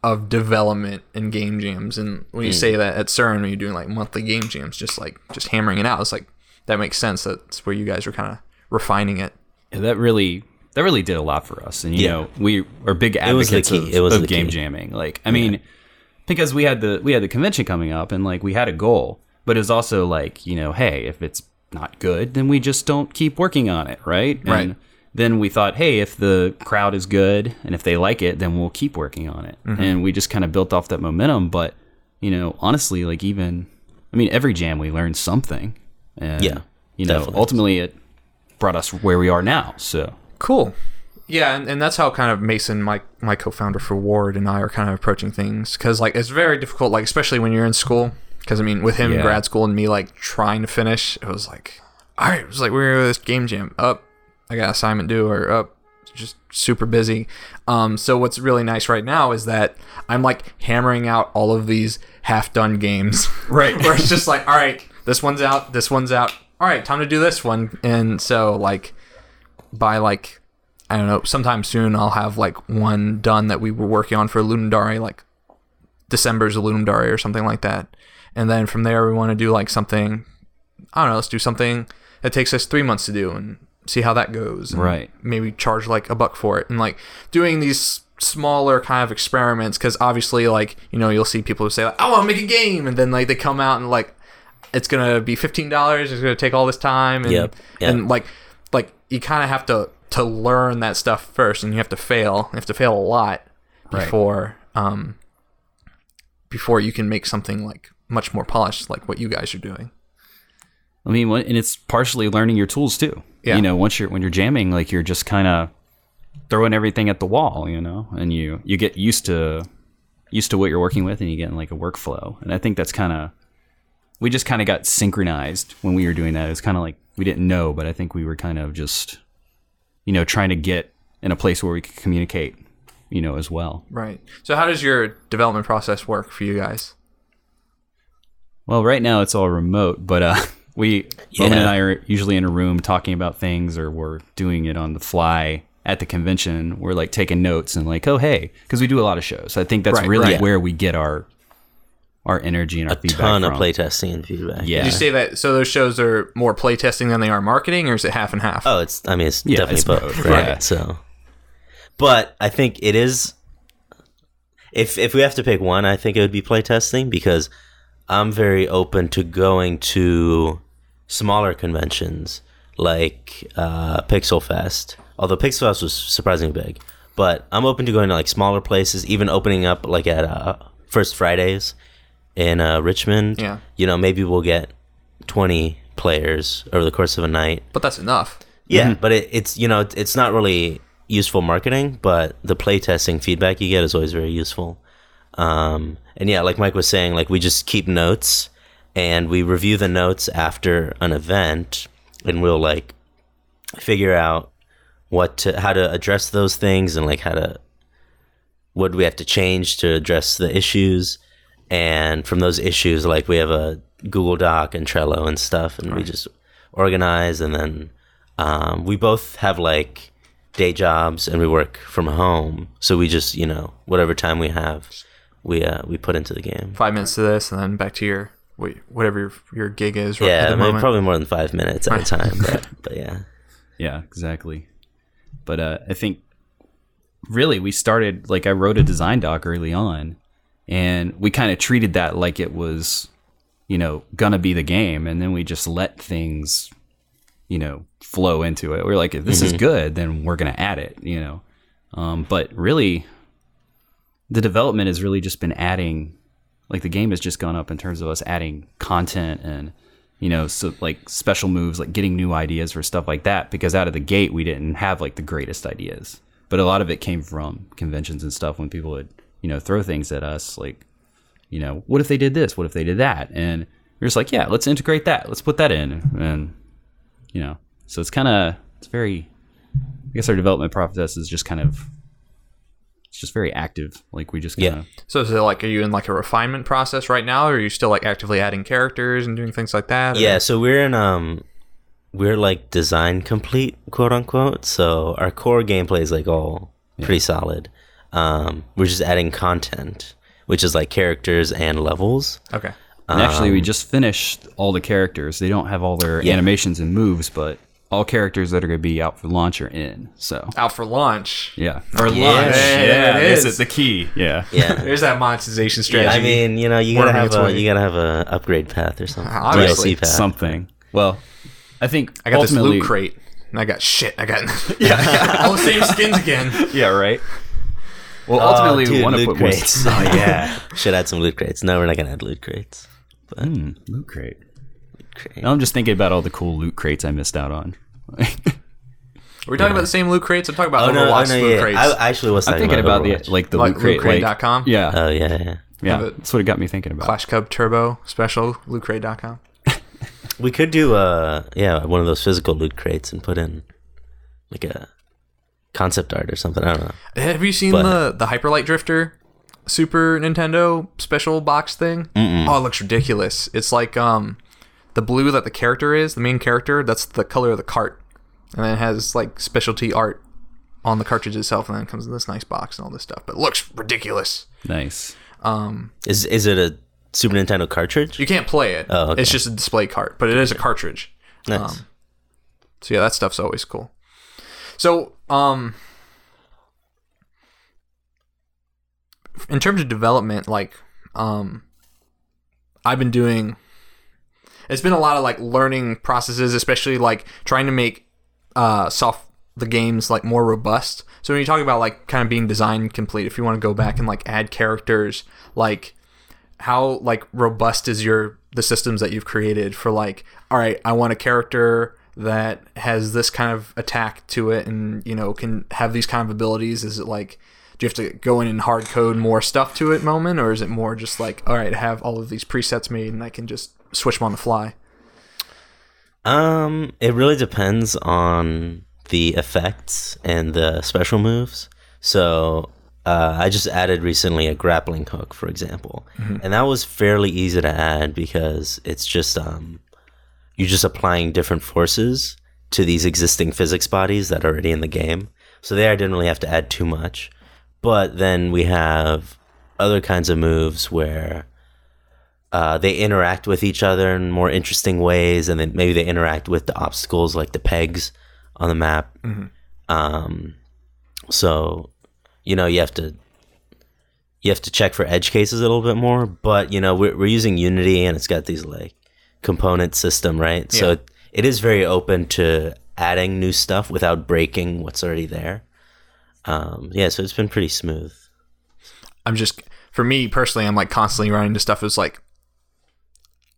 Speaker 1: of development and game jams. And when you say that at CERN, when you're doing like monthly game jams, just like just hammering it out, it's like that makes sense. That's where you guys are kind of refining it.
Speaker 3: Yeah, that really that really did a lot for us and you
Speaker 2: Yeah.
Speaker 3: know we are big
Speaker 2: was the
Speaker 3: advocates
Speaker 2: key.
Speaker 3: of,
Speaker 2: It was
Speaker 3: of
Speaker 2: the
Speaker 3: game
Speaker 2: key.
Speaker 3: jamming like i mean because we had the we had the convention coming up and like we had a goal but it was also like you know hey if it's not good, then we just don't keep working on it, right? And
Speaker 1: Right.
Speaker 3: Then we thought, hey, if the crowd is good and if they like it, then we'll keep working on it. And we just kind of built off that momentum. But you know, honestly, like even, I mean, every jam we learned something, and
Speaker 2: Yeah,
Speaker 3: you know,
Speaker 2: definitely.
Speaker 3: ultimately it brought us where we are now. So
Speaker 1: Cool. Yeah, and, and that's how kind of Mason, my my co-founder for Ward, and I are kind of approaching things because like it's very difficult, like especially when you're in school. Because I mean, with him in
Speaker 3: Yeah.
Speaker 1: grad school and me like trying to finish, it was like, all right, it was like we were at this game jam up. I got assignment due or up. Just super busy. Um, so what's really nice right now is that I'm like hammering out all of these half-done games. *laughs* Right. Where it's just like, all right, this one's out, this one's out. All right, time to do this one. And so like by like I don't know, sometime soon I'll have like one done that we were working on for Lunadari, like December's Lunadari or something like that. And then from there we want to do like something I don't know, let's do something that takes us three months to do and see how that goes. and
Speaker 3: Right.
Speaker 1: Maybe charge like a buck for it. And like doing these smaller kind of experiments because obviously like you know you'll see people who say like i want to make a game and then like they come out and like it's gonna be $15 it's gonna take all this time and,
Speaker 2: Yep, yep.
Speaker 1: and like like you kind of have to to learn that stuff first and you have to fail you have to fail a lot before um before you can make something like much more polished like what you guys are doing
Speaker 3: I mean, what- and it's partially learning your tools too.
Speaker 1: Yeah.
Speaker 3: You know, once you're when you're jamming, like you're just kind of throwing everything at the wall, you know, and you you get used to used to what you're working with, and you get in like a workflow. And I think that's kind of we just kind of got synchronized when we were doing that. It was kind of like we didn't know, but I think we were kind of just you know trying to get in a place where we could communicate, you know, as well.
Speaker 1: right so how does your development process work for you guys
Speaker 3: Well, right now it's all remote, but uh, *laughs* we Roman
Speaker 2: Yeah.
Speaker 3: and I are usually in a room talking about things, or we're doing it on the fly at the convention. We're like taking notes and like, oh hey, because we do a lot of shows. I think that's
Speaker 1: Right,
Speaker 3: really
Speaker 1: right.
Speaker 3: where we get our our energy and our feedback
Speaker 2: Ton of
Speaker 3: from.
Speaker 2: playtesting and feedback.
Speaker 3: Yeah,
Speaker 1: Did you say that so those shows are more playtesting than they are marketing or is it half and half
Speaker 2: Oh, it's. I mean, it's
Speaker 3: Yeah,
Speaker 2: definitely
Speaker 3: it's
Speaker 2: both.
Speaker 3: both,
Speaker 2: Right.
Speaker 3: right.
Speaker 2: So, but I think it is. If if we have to pick one, I think it would be playtesting because I'm very open to going to smaller conventions like uh, Pixel Fest. Although Pixel Fest was surprisingly big, but I'm open to going to like smaller places, even opening up like at uh, First Fridays in uh, Richmond.
Speaker 1: Yeah.
Speaker 2: You know, maybe we'll get 20 players over the course of a night.
Speaker 1: but that's enough
Speaker 2: Yeah, but it, it's you know it- it's not really useful marketing, but the playtesting feedback you get is always very useful. Um, and yeah, like Mike was saying, like we just keep notes and we review the notes after an event, and we'll like figure out what to, how to address those things and like how to what do we have to change to address the issues. And from those issues, like we have a Google Doc and Trello and stuff, and we just organize. And then um, we both have like day jobs and we work from home, so we just you know whatever time we have, we uh, we put into the game.
Speaker 1: five minutes to this and then back to your wait, whatever your, your gig is right at
Speaker 2: Yeah,
Speaker 1: the
Speaker 2: maybe-
Speaker 1: moment.
Speaker 2: probably more than five minutes at a time,
Speaker 1: *laughs*
Speaker 2: but, but yeah,
Speaker 3: Yeah, exactly. But uh, I think really we started like I wrote a design doc early on, and we kind of treated that like it was, you know, gonna be the game, and then we just let things, you know, flow into it. We are like, if this is good, then we're gonna add it, you know. Um, but really, the development has really just been adding like the game has just gone up in terms of us adding content and you know so like special moves like getting new ideas for stuff like that because out of the gate we didn't have like the greatest ideas but a lot of it came from conventions and stuff when people would you know throw things at us like you know what if they did this what if they did that and we are just like yeah let's integrate that let's put that in and you know so it's kind of it's very i guess our development process is just kind of it's just very active like we just kind of
Speaker 2: Yeah.
Speaker 1: So is it like are you in like a refinement process right now, or are you still like actively adding characters and doing things like that? or-
Speaker 2: yeah. So we're in um, we're like design complete, quote unquote. So our core gameplay is like all pretty solid. Um, we're just adding content, which is like characters and
Speaker 1: *laughs*
Speaker 2: levels.
Speaker 1: Okay.
Speaker 3: And actually, we just finished all the characters. They don't have all their animations and moves, but all characters that are going to be out for launch are in. So
Speaker 1: Out for launch.
Speaker 3: yeah, for
Speaker 2: launch.
Speaker 1: Yeah, there it
Speaker 3: this
Speaker 1: is.
Speaker 3: is the key. Yeah,
Speaker 2: Yeah.
Speaker 1: There's that monetization strategy.
Speaker 2: I mean, you know, you gotta
Speaker 1: Working
Speaker 2: have
Speaker 1: its
Speaker 2: a
Speaker 1: way.
Speaker 2: you gotta have a upgrade path or something.
Speaker 1: Obviously.
Speaker 2: DLC path.
Speaker 3: something. Well, I think
Speaker 1: I got this
Speaker 3: ultimately,
Speaker 1: loot crate, and I got shit. I got *laughs* yeah, all the same skins
Speaker 2: *laughs*
Speaker 1: again.
Speaker 3: Yeah, right. Well, ultimately,
Speaker 2: Oh, dude,
Speaker 3: we want to
Speaker 2: loot
Speaker 3: put *laughs*
Speaker 2: crates.
Speaker 3: more. Oh, yeah,
Speaker 2: *laughs* Should add some loot crates. No, we're not gonna add loot crates.
Speaker 3: loot crate.
Speaker 2: Crate.
Speaker 3: Now I'm just thinking about all the cool loot crates I missed out on. *laughs*
Speaker 1: We're talking about the same loot crates. I'm talking about
Speaker 2: Oh no, oh,
Speaker 1: Overwatch
Speaker 2: no
Speaker 1: loot
Speaker 2: yeah.
Speaker 1: crates.
Speaker 2: I actually was
Speaker 3: I'm
Speaker 2: talking
Speaker 3: thinking about the
Speaker 2: Overwatch.
Speaker 3: like the
Speaker 1: Like
Speaker 3: loot crate, like Uh,
Speaker 1: lootcrate.com?
Speaker 3: Yeah,
Speaker 2: Oh yeah, yeah.
Speaker 3: yeah.
Speaker 1: but-
Speaker 3: That's what it got me thinking about.
Speaker 1: Flash Cub Turbo Special lootcrate.com.
Speaker 2: We could do uh yeah one of those physical loot crates and put in like a concept art or something. I don't know.
Speaker 1: Have you seen the the Hyperlight Drifter Super Nintendo special box thing? Oh, it looks ridiculous. It's like um the blue that the character is, the main character, that's the color of the cart. And then it has like specialty art on the cartridge itself and then it comes in this nice box and all this stuff. But it looks ridiculous. Um,
Speaker 3: Nice.
Speaker 2: Is is it a Super Nintendo cartridge?
Speaker 1: You can't play it.
Speaker 2: Oh, okay.
Speaker 1: It's just a display cart, but it is a cartridge.
Speaker 2: Nice.
Speaker 1: So yeah, that stuff's always cool. So, um in terms of development, like um I've been doing it's been a lot of like learning processes, especially like trying to make uh soft the games like more robust. So when you talk about like kind of being design complete, if you want to go back and like add characters, like how like robust is your the systems that you've created for like all right i want a character that has this kind of attack to it and you know can have these kind of abilities is it like do you have to go in and hard code more stuff to it moment or is it more just like all right I have all of these presets made and i can just switch them on the fly
Speaker 2: Um, it really depends on the effects and the special moves. So, uh, I just added recently a grappling hook, for example, and that was fairly easy to add because it's just um, you're just applying different forces to these existing physics bodies that are already in the game. So there, I didn't really have to add too much. But then we have other kinds of moves where uh, they interact with each other in more interesting ways, and then maybe they interact with the obstacles like the pegs on the map. Um, so, you know, you have to you have to check for edge cases a little bit more. But you know, we're, we're using Unity, and it's got these like component system, right? So
Speaker 1: Yeah.
Speaker 2: it, it is very open to adding new stuff without breaking what's already there. Um, yeah, so it's been pretty smooth.
Speaker 1: i'm just for me personally i'm like constantly running to stuff it's like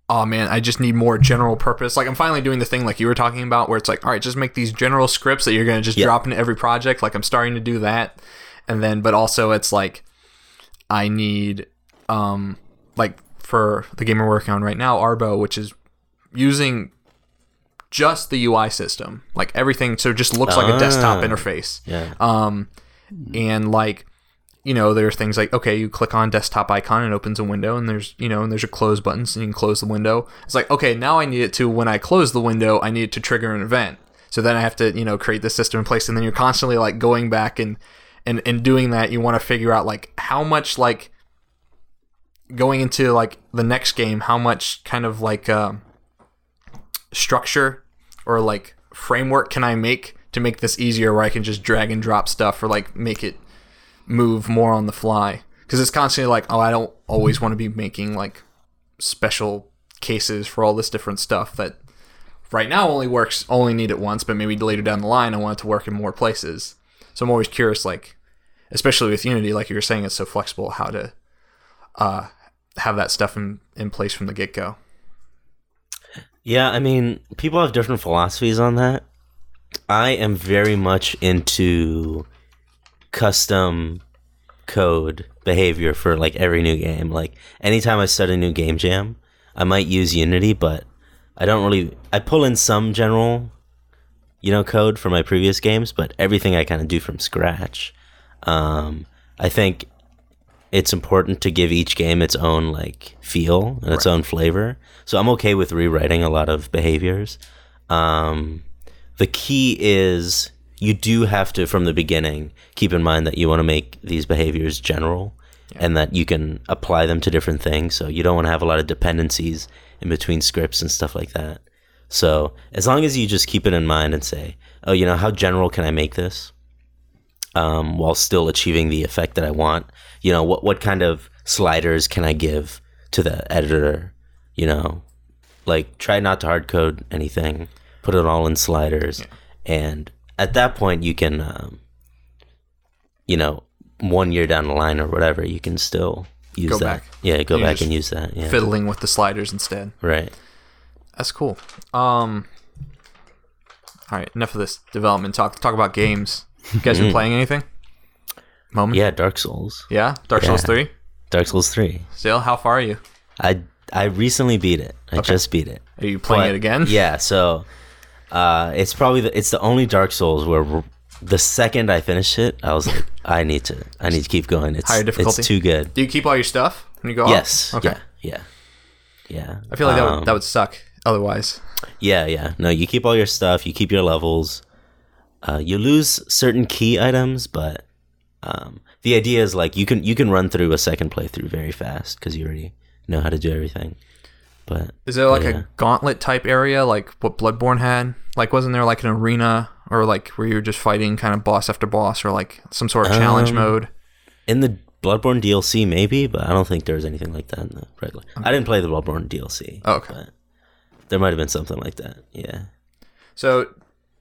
Speaker 1: oh man i just need more general purpose like i'm finally doing the thing like you were talking about where it's like all right just make these general scripts that you're going to just drop into every project like i'm starting to do that and then but also it's like i need um like for the game we're working on right now arbo which is using just the ui system like everything so it just looks like a desktop
Speaker 2: Ah.
Speaker 1: interface
Speaker 2: Yeah.
Speaker 1: um and like you know there are things like okay you click on desktop icon and it opens a window and there's you know and there's a close button so you can close the window it's like okay now i need it to when i close the window i need it to trigger an event so then i have to you know create this system in place and then you're constantly like going back and and and doing that you want to figure out like how much like going into like the next game how much kind of like um structure or like framework can i make to make this easier where i can just drag and drop stuff or like make it move more on the fly because it's constantly like oh i don't always want to be making like special cases for all this different stuff that right now only works only need it once but maybe later down the line i want it to work in more places so i'm always curious like especially with unity like you were saying it's so flexible how to uh, have that stuff in, in place from the get-go
Speaker 2: Yeah, I mean, people have different philosophies on that. I am very much into custom code behavior for like every new game. Like anytime I start a new game jam, I might use Unity, but I don't really I pull in some general you know code from my previous games, but everything I kind of do from scratch. Um I think it's important to give each game its own like feel and its own flavor. So I'm okay with rewriting a lot of behaviors. Um, the key is you do have to from the beginning keep in mind that you want to make these behaviors general and that you can apply them to different things. So you don't want to have a lot of dependencies in between scripts and stuff like that. So as long as you just keep it in mind and say, oh, you know, how general can I make this? um, while still achieving the effect that I want? You know, what what kind of sliders can I give to the editor? You know, like try not to hard code anything. put it all in sliders, and at that point you can, um, you know, one year down the line or whatever, you can still use
Speaker 1: Go
Speaker 2: that.
Speaker 1: back.
Speaker 2: Yeah, go
Speaker 1: You
Speaker 2: back
Speaker 1: just
Speaker 2: and use that. Yeah,
Speaker 1: Fiddling with the sliders instead.
Speaker 2: right.
Speaker 1: That's cool. Um, all right, enough of this development talk. Talk about games. You guys
Speaker 2: *laughs*
Speaker 1: been playing anything? Moment.
Speaker 2: Yeah, Dark Souls,
Speaker 1: Yeah? Dark Souls
Speaker 2: Yeah.
Speaker 1: Three.
Speaker 2: Dark Souls three.
Speaker 1: Still, how far are you?
Speaker 2: I I recently beat it. I just beat it.
Speaker 1: Are you playing
Speaker 2: But,
Speaker 1: it again?
Speaker 2: *laughs* Yeah, so uh, it's probably the, it's the only Dark Souls where r- the second I finished it, I was like, I need to I need to keep going. It's
Speaker 1: Higher difficulty?
Speaker 2: It's too good.
Speaker 1: Do you keep all your stuff when you go? out?
Speaker 2: Yes.
Speaker 1: Okay.
Speaker 2: Yeah. Yeah. Yeah.
Speaker 1: I feel like that
Speaker 2: Um,
Speaker 1: would, that would suck otherwise.
Speaker 2: Yeah, yeah. No, you keep all your stuff. You keep your levels. Uh, you lose certain key items, but um, the idea is like you can you can run through a second playthrough very fast because you already know how to do everything. But
Speaker 1: Is there like
Speaker 2: yeah.
Speaker 1: a gauntlet type area like what Bloodborne had? Like wasn't there like an arena or like where you were just fighting kind of boss after boss or like some sort of
Speaker 2: Um,
Speaker 1: challenge mode?
Speaker 2: in the Bloodborne DLC, maybe, but I don't think there's anything like that in the regular. I didn't play the Bloodborne DLC.
Speaker 1: Oh, okay.
Speaker 2: but there might have been something like that. Yeah,
Speaker 1: So,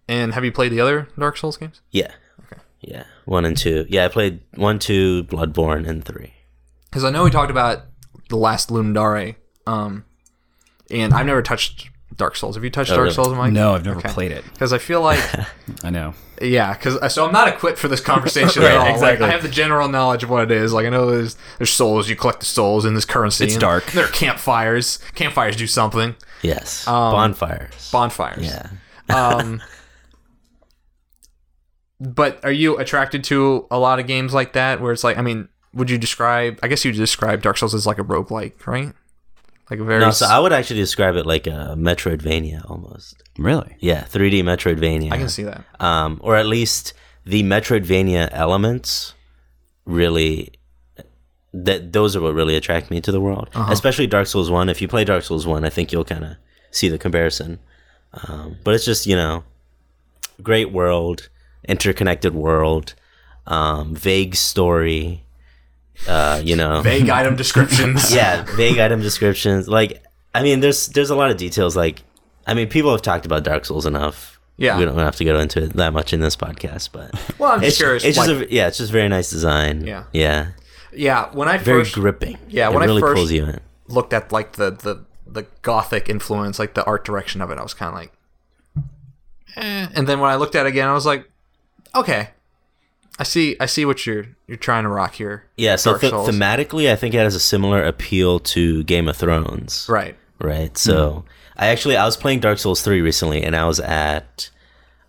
Speaker 1: and have you played the other Dark Souls games?
Speaker 2: yeah, okay. yeah. One and two. Yeah, I played one, two, Bloodborne, and three.
Speaker 1: Because I know we talked about the last Lumdare, um, and I've never touched Dark Souls. Have you touched Dark
Speaker 2: Oh, really?
Speaker 1: Souls, Mike?
Speaker 3: No, I've never played it.
Speaker 1: Because I feel
Speaker 2: *laughs*
Speaker 1: like,
Speaker 3: I know.
Speaker 1: yeah, because so I'm not equipped for this conversation at
Speaker 2: Right,
Speaker 1: all. Like,
Speaker 3: exactly.
Speaker 1: I have the general knowledge of what it is. Like I know there's there's souls. You collect the souls in this currency.
Speaker 3: It's
Speaker 1: and
Speaker 3: dark.
Speaker 1: There are campfires. Campfires do something.
Speaker 2: Yes,
Speaker 1: Um,
Speaker 2: bonfires.
Speaker 1: Bonfires.
Speaker 2: yeah.
Speaker 1: Um, but are you attracted to a lot of games like that where it's like, I mean, would you describe, I guess you describe Dark Souls as like a roguelike, right? Like a very.
Speaker 2: No,
Speaker 1: s-
Speaker 2: so I would actually describe it like a Metroidvania almost.
Speaker 3: Really?
Speaker 2: Yeah, 3D Metroidvania.
Speaker 1: I can see
Speaker 2: *laughs*
Speaker 1: that.
Speaker 2: Um, or at least the Metroidvania elements really that those are what really attract me to the world, especially Dark Souls One. If you play Dark Souls One, I think you'll kind of see the comparison. Um, but it's just you know, great world, interconnected world, um, vague story. Uh, you know,
Speaker 1: Vague item descriptions.
Speaker 2: *laughs* yeah, vague item descriptions. Like, I mean, there's there's a lot of details. Like, I mean, people have talked about Dark Souls enough.
Speaker 1: Yeah.
Speaker 2: we don't have to go into it that much in this podcast, but
Speaker 1: *laughs* Well, I'm
Speaker 2: it's,
Speaker 1: just curious.
Speaker 2: it's
Speaker 1: like-
Speaker 2: just a, yeah, it's just very nice design.
Speaker 1: Yeah.
Speaker 2: yeah,
Speaker 1: yeah, when I
Speaker 2: very
Speaker 1: first
Speaker 2: gripping.
Speaker 1: yeah,
Speaker 2: it
Speaker 1: when I
Speaker 2: really
Speaker 1: first-
Speaker 2: pulls you in.
Speaker 1: looked at like the, the, the gothic influence, like the art direction of it, I was kind of like, eh. and then when I looked at it again, I was like, okay, I see, I see what you're you're trying to rock here.
Speaker 2: Yeah, so
Speaker 1: Dark
Speaker 2: th-
Speaker 1: Souls.
Speaker 2: thematically, I think it has a similar appeal to Game of Thrones.
Speaker 1: right.
Speaker 2: right? So I actually I was playing Dark Souls three recently, and I was at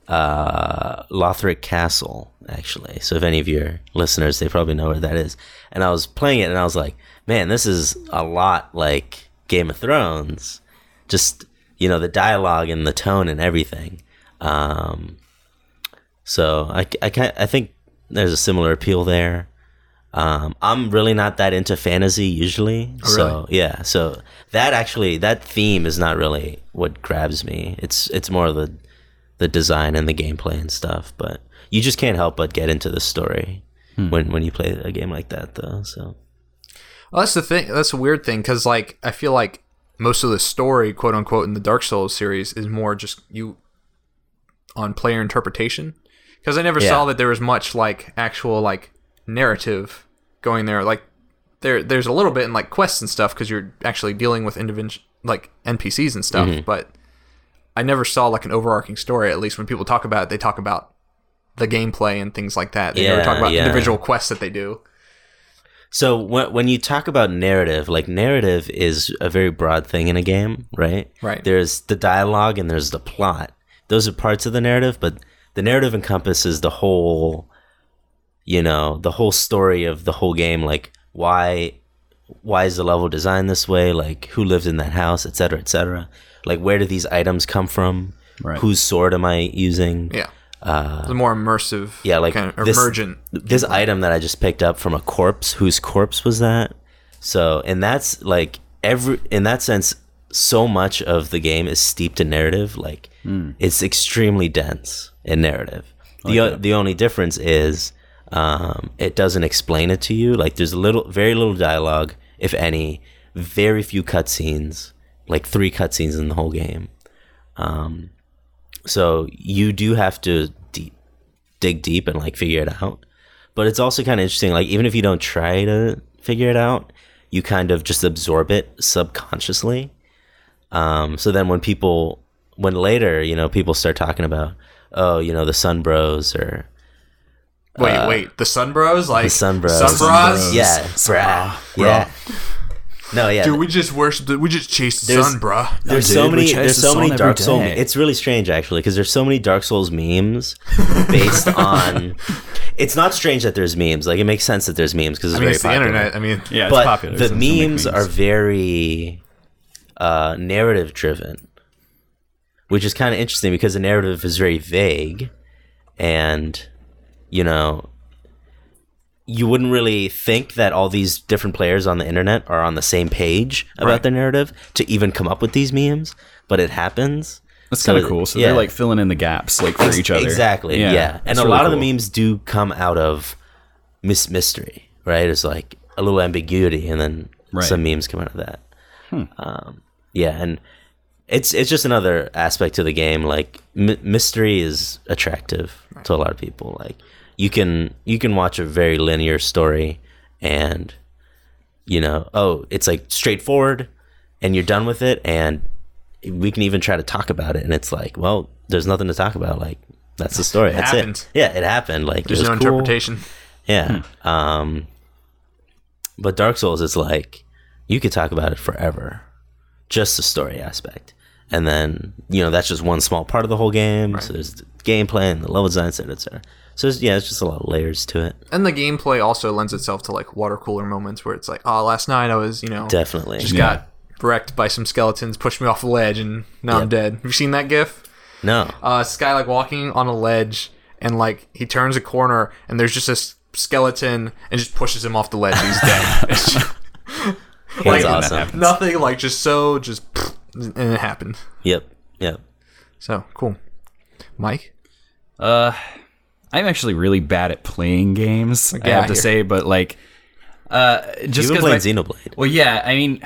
Speaker 2: uh, Lothric Castle actually. So if any of your listeners, they probably know where that is. And I was playing it, and I was like, man, this is a lot like Game of Thrones. Just you know the dialogue and the tone and everything. Um, so I I, ki- I think there's a similar appeal there. Um, I'm really not that into fantasy usually. So yeah, so that actually that theme is not really what grabs me. It's it's more of the the design and the gameplay and stuff. But you just can't help but get into the story when when you play a game like that though. So
Speaker 1: Well, that's the thing. That's a weird thing because, like, I feel like most of the story, quote unquote, in the Dark Souls series is more just you on player interpretation. Because I never
Speaker 2: Yeah.
Speaker 1: saw that there was much like actual like narrative going there. Like, there there's a little bit in like quests and stuff because you're actually dealing with individual like NPCs and stuff.
Speaker 2: Mm-hmm.
Speaker 1: But I never saw like an overarching story. At least when people talk about it, they talk about the gameplay and things like that. They never
Speaker 2: Yeah,
Speaker 1: talk about
Speaker 2: yeah.
Speaker 1: individual quests that they do.
Speaker 2: So when when you talk about narrative, like narrative is a very broad thing in a game, right?
Speaker 1: Right.
Speaker 2: There's the dialogue and there's the plot. Those are parts of the narrative, but the narrative encompasses the whole you know, the whole story of the whole game, like why why is the level designed this way? Like who lives in that house, et cetera, et cetera. Like where do these items come from?
Speaker 3: Right.
Speaker 2: Whose sword am I using?
Speaker 1: Yeah. Uh, the more immersive,
Speaker 2: yeah, like
Speaker 1: kind of
Speaker 2: this-
Speaker 1: emergent.
Speaker 2: this item that I just picked up from a corpse. Whose corpse was that? So, and that's like every in that sense, so much of the game is steeped in narrative. Like it's extremely dense in narrative. The o the only difference is um, it doesn't explain it to you. Like there's little, very little dialogue, if any. Very few cutscenes, like three cutscenes in the whole game. Um, So you do have to deep, dig deep and like figure it out. But it's also kind of interesting. Like even if you don't try to figure it out, you kind of just absorb it subconsciously. Um, so then when people, when later, you know, people start talking about, oh, you know, the Sun Bros or
Speaker 1: Wait, wait. The Sun Bros, like
Speaker 2: uh, the Sun Bros,
Speaker 1: Sun Bros. Ah,
Speaker 2: yeah, bruh, yeah. No, yeah.
Speaker 1: Dude, we just worship. We just chased the
Speaker 2: There's-
Speaker 1: Sun, bruh.
Speaker 2: there's
Speaker 3: dude,
Speaker 2: so
Speaker 3: we
Speaker 2: many
Speaker 3: chase
Speaker 2: there's
Speaker 3: the
Speaker 2: so
Speaker 3: sun
Speaker 2: many
Speaker 3: every
Speaker 2: Dark Souls.
Speaker 3: day.
Speaker 2: It's really strange actually because there's so many Dark Souls memes
Speaker 1: *laughs*
Speaker 2: based on. It's not strange that there's memes. Like it makes sense that there's memes because
Speaker 1: I
Speaker 2: it's
Speaker 1: mean,
Speaker 2: very
Speaker 1: it's the
Speaker 2: popular.
Speaker 1: internet. I mean,
Speaker 3: Yeah, it's
Speaker 2: but
Speaker 3: popular.
Speaker 2: the
Speaker 3: so it's gonna make
Speaker 2: memes are very uh, narrative driven, which is kind of interesting because the narrative is very vague, and you know, you wouldn't really think that all these different players on the internet are on the same page about
Speaker 1: Right.
Speaker 2: their narrative to even come up with these memes, but it happens.
Speaker 3: That's
Speaker 2: So
Speaker 3: kind of
Speaker 2: it-
Speaker 3: cool. So
Speaker 2: yeah.
Speaker 3: they're like filling in the gaps, like for
Speaker 2: Ex-
Speaker 3: each other.
Speaker 2: Exactly. Yeah. And
Speaker 3: it's
Speaker 2: a
Speaker 3: really
Speaker 2: lot of
Speaker 3: cool.
Speaker 2: the memes do come out of mis- mystery, right? It's like a little ambiguity, and then
Speaker 3: Right. Hmm.
Speaker 2: some memes come out of that. Um, yeah, and it's it's just another aspect to the game. Like m- mystery is attractive to a lot of people. Like you can you can watch a very linear story, and you know, oh, it's like straightforward, and you're done with it, and we can even try to talk about it, and it's like, well, there's nothing to talk about. Like that's the story. that's
Speaker 1: happened.
Speaker 2: it. Yeah, it happened. Like
Speaker 1: there's
Speaker 2: it was
Speaker 1: no
Speaker 2: cool.
Speaker 1: interpretation.
Speaker 2: Yeah. Um, but Dark Souls is like you could talk about it forever, just the story aspect, and then you know that's just one small part of the whole game. So there's the gameplay and the level design, et cetera, et cetera. So it's, yeah, it's just a lot of layers to it.
Speaker 1: And the gameplay also lends itself to like water cooler moments where it's like, oh, last night I was, you know,
Speaker 2: Definitely.
Speaker 1: just got wrecked by some skeletons, pushed me off a ledge, and now I'm dead. Have you seen that gif?
Speaker 2: no.
Speaker 1: Uh, this guy like walking on a ledge, and like he turns a corner, and there's just this skeleton, and just pushes him off the ledge. He's dead. *laughs* It's just- like,
Speaker 2: That's awesome.
Speaker 1: Nothing like just so just, and it happened.
Speaker 2: Yep. Yep.
Speaker 1: So cool, Mike.
Speaker 3: I'm actually really bad at playing games. I
Speaker 1: out
Speaker 3: have to
Speaker 1: here.
Speaker 3: say, but like, uh, just
Speaker 2: You've been
Speaker 3: because
Speaker 2: playing
Speaker 3: my-
Speaker 2: Xenoblade.
Speaker 3: Well, yeah. I mean,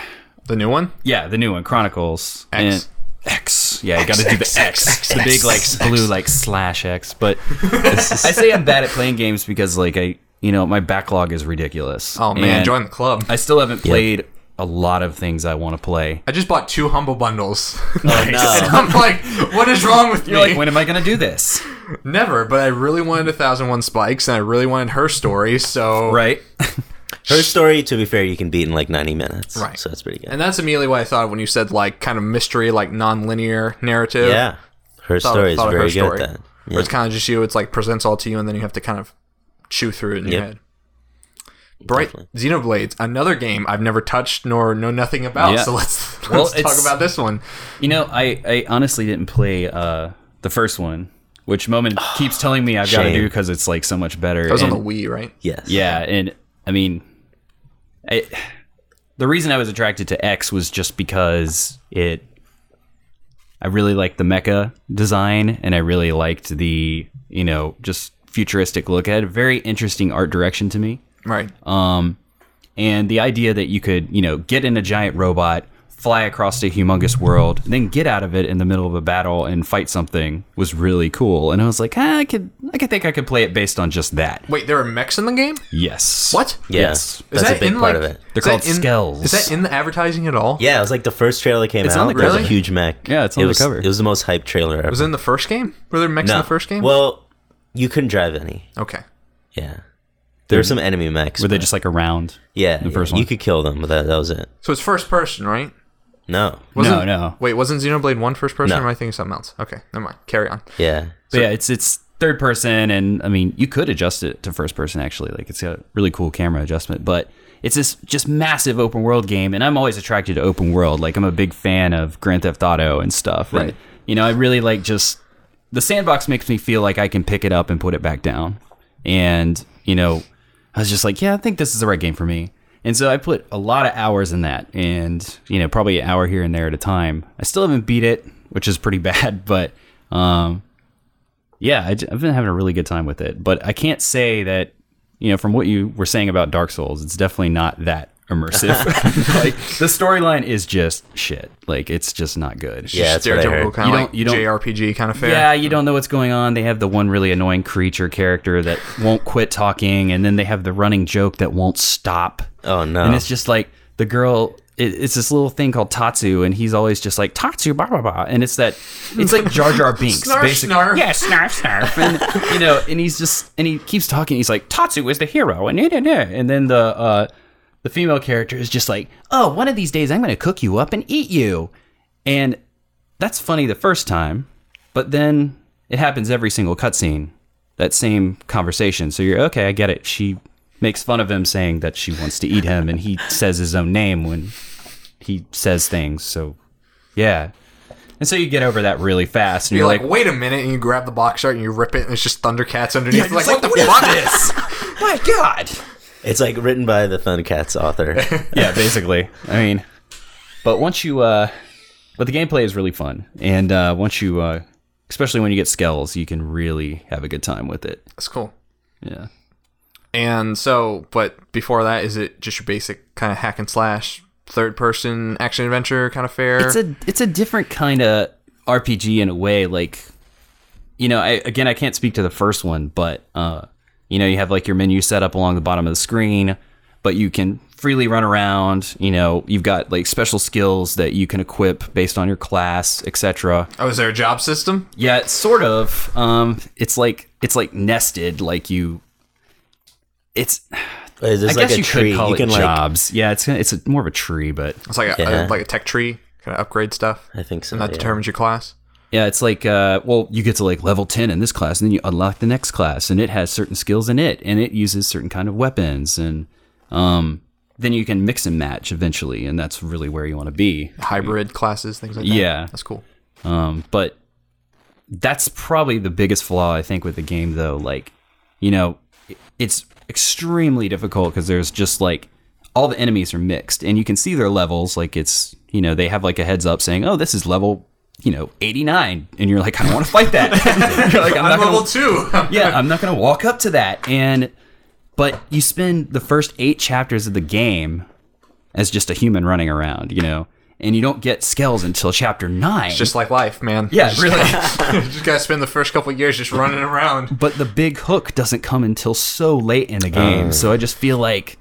Speaker 1: The new one.
Speaker 3: yeah, the new one, Chronicles
Speaker 1: X.
Speaker 3: And- X. Yeah, you got to do the X, the big like blue like slash X. *laughs* But I say I'm bad at playing games because like I, you know, my backlog is ridiculous.
Speaker 1: Oh man,
Speaker 3: And
Speaker 1: join the club.
Speaker 3: I still haven't played a lot of things I want to play.
Speaker 1: I just bought two humble
Speaker 3: *laughs*
Speaker 1: bundles.
Speaker 2: Oh,
Speaker 1: *laughs* and I'm like, what is wrong with me?
Speaker 3: You're like, when am I gonna do this?
Speaker 1: Never, but I really wanted a thousand one spikes, and I really wanted her story. So
Speaker 3: Right?
Speaker 2: Her story, to be fair, you can beat in like 90 minutes.
Speaker 1: Right.
Speaker 2: So that's pretty good.
Speaker 1: And that's immediately what I thought of when you said like kind of mystery, like non-linear narrative.
Speaker 2: yeah. Her
Speaker 1: Thought of-
Speaker 2: story is
Speaker 1: thought of her
Speaker 2: very good
Speaker 1: story.
Speaker 2: at that.
Speaker 1: Where it's kind of just you. It's like presents all to you, and then you have to kind of chew through it in your
Speaker 2: Yep.
Speaker 1: head. Bright Xenoblades, another game I've never touched nor know nothing about.
Speaker 3: Yeah.
Speaker 1: So let's *laughs* let's
Speaker 3: Well,
Speaker 1: talk
Speaker 3: it's-
Speaker 1: about this one.
Speaker 3: You know, I, I honestly didn't play uh, the first one,
Speaker 1: *sighs*
Speaker 3: which Moment keeps telling me I've got to
Speaker 2: Shame.
Speaker 3: do because it's like so much better.
Speaker 1: That was on
Speaker 3: and-
Speaker 1: the Wii, right?
Speaker 2: Yes.
Speaker 3: yeah, and I mean, I, the reason I was attracted to X was just because it. I really liked the mecha design, and I really liked the you know just futuristic look. It had a very interesting art direction to me
Speaker 1: Right.
Speaker 2: Um,
Speaker 3: and the idea that you could you know get in a giant robot fly across a humongous world then get out of it in the middle of a battle and fight something was really cool and i was like ah, i could i could think i could play it based on just that
Speaker 1: Wait, there are mechs in the game.
Speaker 3: yes
Speaker 1: What?
Speaker 2: Yeah.
Speaker 3: Yes.
Speaker 2: That's
Speaker 1: that
Speaker 2: a big
Speaker 1: in,
Speaker 2: part
Speaker 1: like-
Speaker 2: of it.
Speaker 3: They're
Speaker 1: Is that
Speaker 3: called
Speaker 1: in-
Speaker 3: skells.
Speaker 1: Is that in the advertising at all?
Speaker 2: Yeah, it was like the first trailer that came
Speaker 3: It's
Speaker 2: out.
Speaker 3: on the
Speaker 2: there was
Speaker 1: cover.
Speaker 2: a huge mech.
Speaker 3: Yeah, it's on
Speaker 2: it
Speaker 3: the
Speaker 2: was,
Speaker 3: cover.
Speaker 2: It was the most hyped trailer ever.
Speaker 1: Was it in the first game? Were there mechs in
Speaker 2: No.
Speaker 1: the first game?
Speaker 2: Well, you couldn't drive any.
Speaker 1: okay.
Speaker 2: Yeah. There were some enemy mechs.
Speaker 3: were they
Speaker 2: but-
Speaker 3: just like around
Speaker 2: yeah,
Speaker 3: the first
Speaker 2: yeah,
Speaker 3: one?
Speaker 2: You could kill them, but that, that was it.
Speaker 1: So it's first person, right?
Speaker 2: No.
Speaker 1: Wasn't,
Speaker 3: no.
Speaker 1: Wait, wasn't Xenoblade One first person?
Speaker 2: No.
Speaker 1: Or am I thinking something else? Okay, never mind. Carry on.
Speaker 2: Yeah.
Speaker 3: but yeah it's it's third person and i mean you could adjust it to first person actually like it's a really cool camera adjustment but it's this just massive open world game and i'm always attracted to open world like i'm a big fan of grand theft auto and stuff and,
Speaker 1: Right.
Speaker 3: you know i really like just the sandbox makes me feel like i can pick it up and put it back down and you know i was just like yeah i think this is the right game for me and so i put a lot of hours in that and you know probably an hour here and there at a time i still haven't beat it which is pretty *laughs* bad but um yeah, I, have been having a really good time with it, but I can't say that you know from what you were saying about Dark Souls, it's definitely not that immersive. *laughs* like the storyline is just shit. Like it's just not good.
Speaker 2: Yeah, that's what I heard.
Speaker 1: kind
Speaker 3: You
Speaker 1: of
Speaker 3: don't-
Speaker 1: like
Speaker 3: you don't-
Speaker 1: JRPG kind of fair.
Speaker 3: Yeah, you don't know what's going on. They have the one really annoying creature character that won't quit talking, and then they have the running joke that won't stop.
Speaker 2: Oh, no.
Speaker 3: And it's just like the girl. It, it's this little thing called Tatsu, and he's always just like Tatsu, blah blah blah, and it's that. It's like
Speaker 1: *laughs*
Speaker 3: Jar Jar Binks,
Speaker 1: Snarf,
Speaker 3: basically.
Speaker 1: snarf.
Speaker 3: Yeah, snarf, snarf, and you know, and he's just and he keeps talking. He's like Tatsu is the hero, and nah, nah, nah. and then the uh, the female character is just like, oh, one of these days I'm going to cook you up and eat you, and that's funny the first time, but then it happens every single cutscene. That same conversation. So you're okay. I get it. She makes fun of him saying that she wants to eat him, and he says his own name when he says things. So yeah, and so you get over that really fast, and
Speaker 1: You're
Speaker 3: you're,
Speaker 1: like,
Speaker 3: like,
Speaker 1: wait a minute, and you grab the box art and you rip it, and it's just Thundercats underneath.
Speaker 3: it's
Speaker 1: like, what
Speaker 3: like,
Speaker 1: the
Speaker 3: what
Speaker 1: fuck
Speaker 3: is this? "Oh my God.
Speaker 2: It's like written by the
Speaker 1: *laughs*
Speaker 2: Thundercats author.
Speaker 3: yeah, basically. I mean, but once you, uh, but the gameplay is really fun, and uh, once you, uh, especially when you get skells, you can really have a good time with it.
Speaker 1: That's cool.
Speaker 3: Yeah.
Speaker 1: And so, but before that, is it just your basic kind of hack and slash third person action adventure kind of fair?
Speaker 3: it's a it's a different kind of RPG in a way. Like, you know, I, again, I can't speak to the first one, but uh, you know, you have like your menu set up along the bottom of the screen, but you can freely run around. You know, you've got like special skills that you can equip based on your class, etc.
Speaker 1: oh, is there a job system?
Speaker 3: Yeah, it's sort of. Um, it's like it's like nested. Like you, it's.
Speaker 2: Is this
Speaker 3: I
Speaker 2: like
Speaker 3: guess
Speaker 2: a
Speaker 3: you
Speaker 2: tree?
Speaker 3: could call
Speaker 2: you
Speaker 3: it
Speaker 2: can like.
Speaker 3: jobs. yeah, it's it's a, more of a tree, but
Speaker 1: It's like a,
Speaker 2: Yeah.
Speaker 1: a like a tech tree, kind of upgrade stuff,
Speaker 2: I think so.
Speaker 1: and that
Speaker 2: yeah.
Speaker 1: determines your class.
Speaker 3: Yeah, it's like uh, well, you get to like level ten in this class, and then you unlock the next class, and it has certain skills in it, and it uses certain kind of weapons, and um, then you can mix and match eventually, and that's really where you want to be.
Speaker 1: Hybrid classes, things like that.
Speaker 3: Yeah.
Speaker 1: that's cool.
Speaker 3: Um, but that's probably the biggest flaw I think with the game, though. Like, you know, it- it's extremely difficult because there's just like all the enemies are mixed, and you can see their levels. Like, it's you know they have like a heads up saying, "Oh, this is level." You know, 89, and you're like, I don't want to fight that. *laughs* you're like, I'm, not gonna,
Speaker 1: two.
Speaker 3: yeah, I'm not going to walk up to that. And but you spend the first eight chapters of the game as just a human running around, you know, and you don't get skills until chapter nine.
Speaker 1: *laughs* just like life, man.
Speaker 3: yeah,
Speaker 1: Just-
Speaker 3: really.
Speaker 1: just gotta *laughs* spend the first couple of years just running around.
Speaker 3: but the big hook doesn't come until so late in the game. so I just feel like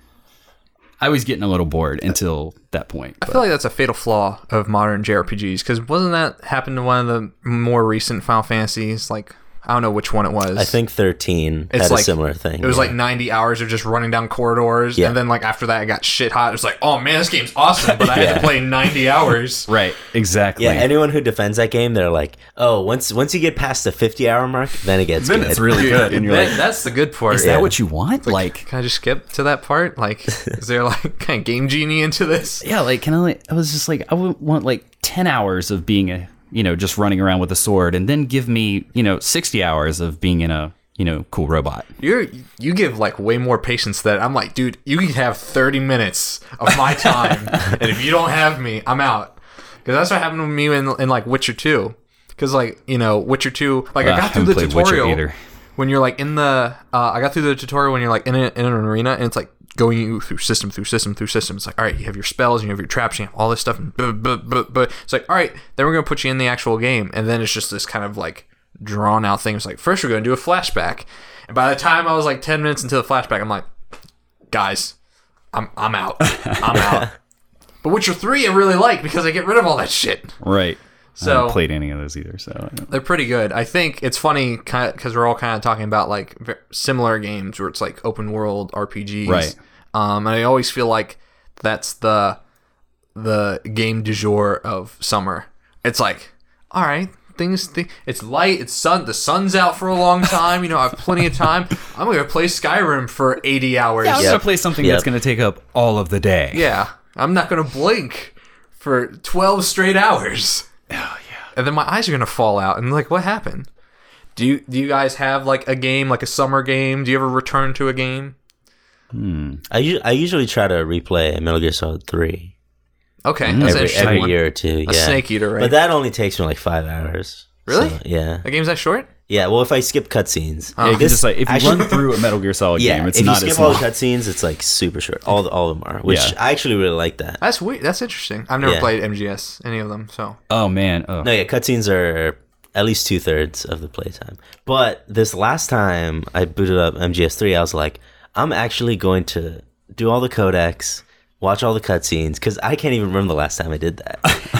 Speaker 3: I was getting a little bored until that point.
Speaker 1: I feel like that's a fatal flaw of modern JRPGs because wasn't that happened to one of the more recent Final Fantasies? Like I don't know which one it was.
Speaker 2: I think 13 had a similar thing.
Speaker 1: It was
Speaker 2: yeah.
Speaker 1: like 90 hours of just running down corridors,
Speaker 2: Yeah.
Speaker 1: and then like after that, it got shit hot. It was like, oh man, this game's awesome, but I had to play 90 hours.
Speaker 3: *laughs* Right, exactly.
Speaker 2: Yeah, anyone who defends that game, they're like, "Oh, once once you get past the 50 hour mark, then it gets good."
Speaker 3: really good. And you're
Speaker 1: That-
Speaker 3: like,
Speaker 1: that's the good part.
Speaker 3: is that what you want? Like,
Speaker 1: Can I just skip to that part? Like, is there like *laughs* kind of game genie into this?
Speaker 3: yeah, like, can I, like, I was just like, I would want like 10 hours of being a, you know, just running around with a sword and then give me, you know, 60 hours of being in a, you know, cool robot.
Speaker 1: You're you give like way more patience that I'm like, dude, you can have 30 minutes of my
Speaker 3: *laughs*
Speaker 1: time, and if you don't have me, I'm out. Because that's what happened with me in, in like Witcher 2. Because like you know, Witcher 2, like
Speaker 3: Ugh,
Speaker 1: I got through
Speaker 3: Uh, haven't
Speaker 1: the
Speaker 3: played Witcher
Speaker 1: tutorial.
Speaker 3: either.
Speaker 1: when you're like in the uh, I got through the tutorial when you're like in, a, in an arena and it's like going you through system through system through system. It's like all right, you have your spells, and you have your traps, and you have all this stuff, and blah, blah, blah, blah. it's like all right, then we're gonna put you in the actual game, and then it's just this kind of like drawn out thing. It's like first we're gonna do a flashback, and by the time I was like ten minutes into the flashback, I'm like, guys, I'm I'm out, I'm out. But Witcher three I really like because I get rid of all that shit.
Speaker 3: Right. I
Speaker 1: So
Speaker 3: haven't played any of those either. So, I don't know.
Speaker 1: they're pretty good. I think it's funny because we're all kind of talking about like ver- similar games where it's like open world RPGs,
Speaker 3: Right.
Speaker 1: Um, and I always feel like that's the the game du jour of summer. It's like, all right, things. Th- it's light. It's sun. The sun's out for a long time. You know, I have plenty of time. I'm gonna play Skyrim for 80 hours.
Speaker 3: I'm
Speaker 1: Yeah,
Speaker 3: going to play something
Speaker 2: Yep.
Speaker 3: that's going to take up all of the day.
Speaker 1: I'm not gonna blink for 12 straight hours.
Speaker 2: Oh,
Speaker 1: and then my eyes are gonna fall out and like what happened do you do you guys have like a game like a summer game do you ever return to a game
Speaker 2: I, u- I usually try to replay Metal Gear Solid 3
Speaker 1: okay that's an
Speaker 2: Mm, every,
Speaker 1: interesting
Speaker 2: every
Speaker 1: one.
Speaker 2: year or two. Yeah.
Speaker 1: Snake Eater, right?
Speaker 2: But that only takes me like five hours.
Speaker 1: Really? Uh-huh.
Speaker 2: So, yeah.
Speaker 1: a game's that short
Speaker 2: Yeah, well, if I skip cutscenes,
Speaker 3: Yeah, 'cause
Speaker 2: this-
Speaker 3: it's like if you
Speaker 2: actually-
Speaker 3: run through a Metal Gear *laughs* Solid
Speaker 2: yeah,
Speaker 3: game, it's
Speaker 2: if
Speaker 3: not
Speaker 2: you
Speaker 3: as
Speaker 2: skip all
Speaker 3: long.
Speaker 2: the cutscenes, it's like super short. All the, all of them are, which
Speaker 3: Yeah.
Speaker 2: I actually really like that.
Speaker 1: That's weird. That's interesting. I've never
Speaker 2: Yeah.
Speaker 1: played MGS any of them, so
Speaker 3: Oh man, oh.
Speaker 2: No, yeah, cutscenes are at least two thirds of the playtime. But this last time I booted up MGS3, I was like, I'm actually going to do all the codecs, watch all the cutscenes, because I can't even remember the last time I did that.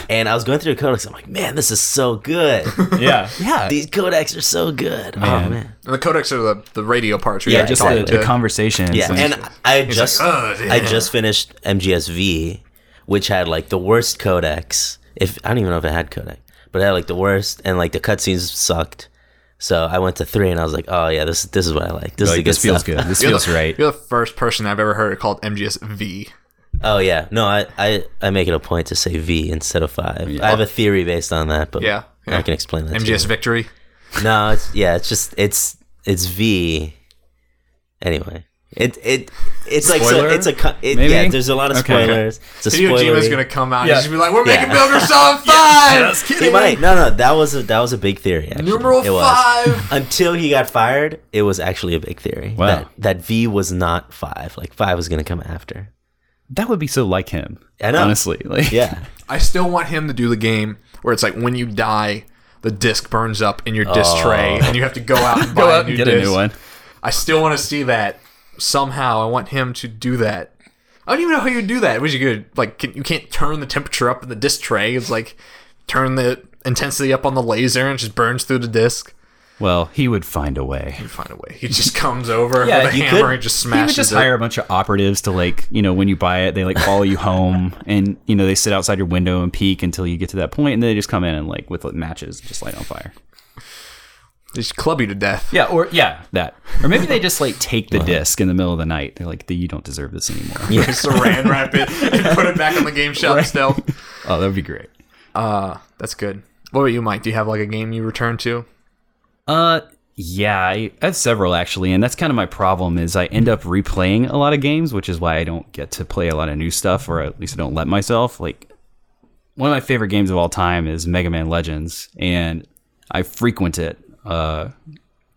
Speaker 2: and I was going through the codecs, I'm like, man, this is so good.
Speaker 3: *laughs* yeah,
Speaker 2: yeah, these codecs are so good. Oh
Speaker 3: Man.
Speaker 2: man,
Speaker 1: And the codecs are the the radio parts. where
Speaker 2: Yeah,
Speaker 1: you
Speaker 2: just
Speaker 1: talk
Speaker 3: the, the conversation.
Speaker 2: yeah. And I just
Speaker 1: like, "Oh, yeah."
Speaker 2: I just finished MGSV, which had like the worst codecs. If I don't even know if it had codec, but it had like the worst, and like the cutscenes sucked. So I went to three, and I was like, oh yeah, this this is what I like. This is the
Speaker 3: like,
Speaker 2: good
Speaker 3: this feels
Speaker 2: stuff."
Speaker 3: good. This
Speaker 1: You're
Speaker 3: feels
Speaker 1: the,
Speaker 3: *laughs* right.
Speaker 1: You're the first person I've ever heard called MGSV.
Speaker 2: *laughs* Oh yeah, no, I, I I make it a point to say V instead of five. I have a theory based on that, but
Speaker 1: Yeah, yeah.
Speaker 2: I can explain that. to
Speaker 1: MGS Victory.
Speaker 2: you. No, it's yeah, it's just it's it's V. Anyway. It it it's
Speaker 3: Spoiler?
Speaker 2: like so it's a co- it,
Speaker 3: Maybe?
Speaker 2: yeah. There's a lot of
Speaker 3: Okay.
Speaker 2: spoilers. It's a
Speaker 1: Hideo Kojima's
Speaker 2: spoilery-
Speaker 1: gonna come out.
Speaker 3: Yeah.
Speaker 1: and He's gonna be like, "We're
Speaker 2: *laughs* Yeah.
Speaker 1: making Metal Gear Solid Five.
Speaker 2: He might. No, no, that was a that was a big theory. Actually.
Speaker 1: Numeral
Speaker 2: It was.
Speaker 1: five.
Speaker 2: *laughs* Until he got fired, it was actually a big theory.
Speaker 3: Wow.
Speaker 2: That that V was not five. Like five was gonna come after.
Speaker 3: That would be so like him.
Speaker 2: I know.
Speaker 3: Honestly, *laughs* like
Speaker 2: Yeah.
Speaker 1: I still want him to do the game where it's like when you die, the disc burns up in your disc tray, and you have to go out and
Speaker 3: Oh. *laughs* Go
Speaker 1: buy
Speaker 3: out
Speaker 1: a new
Speaker 3: and get
Speaker 1: disc.
Speaker 3: a new one.
Speaker 1: I still want to see that somehow. I want him to do that. I don't even know how you do that. Was you good? Like can, you can't turn the temperature up in the disc tray. It's like turn the intensity up on the laser and it just burns through the disc.
Speaker 3: Well, he would find a way.
Speaker 1: You find a way. He
Speaker 3: *laughs*
Speaker 1: just comes over
Speaker 3: Yeah,
Speaker 1: with a
Speaker 2: you
Speaker 1: hammer
Speaker 2: could-
Speaker 1: and just
Speaker 3: He would
Speaker 1: smashes
Speaker 3: just
Speaker 1: it.
Speaker 3: hire a bunch of operatives to like, you know, when you buy it, they like follow you home, *laughs* and you know they sit outside your window and peek until you get to that point, and then they just come in and like with like, matches, just light on fire.
Speaker 1: Just club you to death.
Speaker 3: Yeah, or yeah, that, or maybe they just like take the disc in the middle of the night. They're like, you don't deserve this
Speaker 1: *laughs*
Speaker 3: anymore.
Speaker 1: Saran wrap it and put it back on the
Speaker 3: *laughs*
Speaker 1: game shop still.
Speaker 3: Oh, that would be great.
Speaker 1: That's good. What about you, Mike? Do you have like a game you return to?
Speaker 3: Uh, yeah, I, I have several actually, and that's kind of my problem is I end up replaying a lot of games, which is why I don't get to play a lot of new stuff, or at least I don't let myself. Like, one of my favorite games of all time is Mega Man Legends, and I frequent it uh,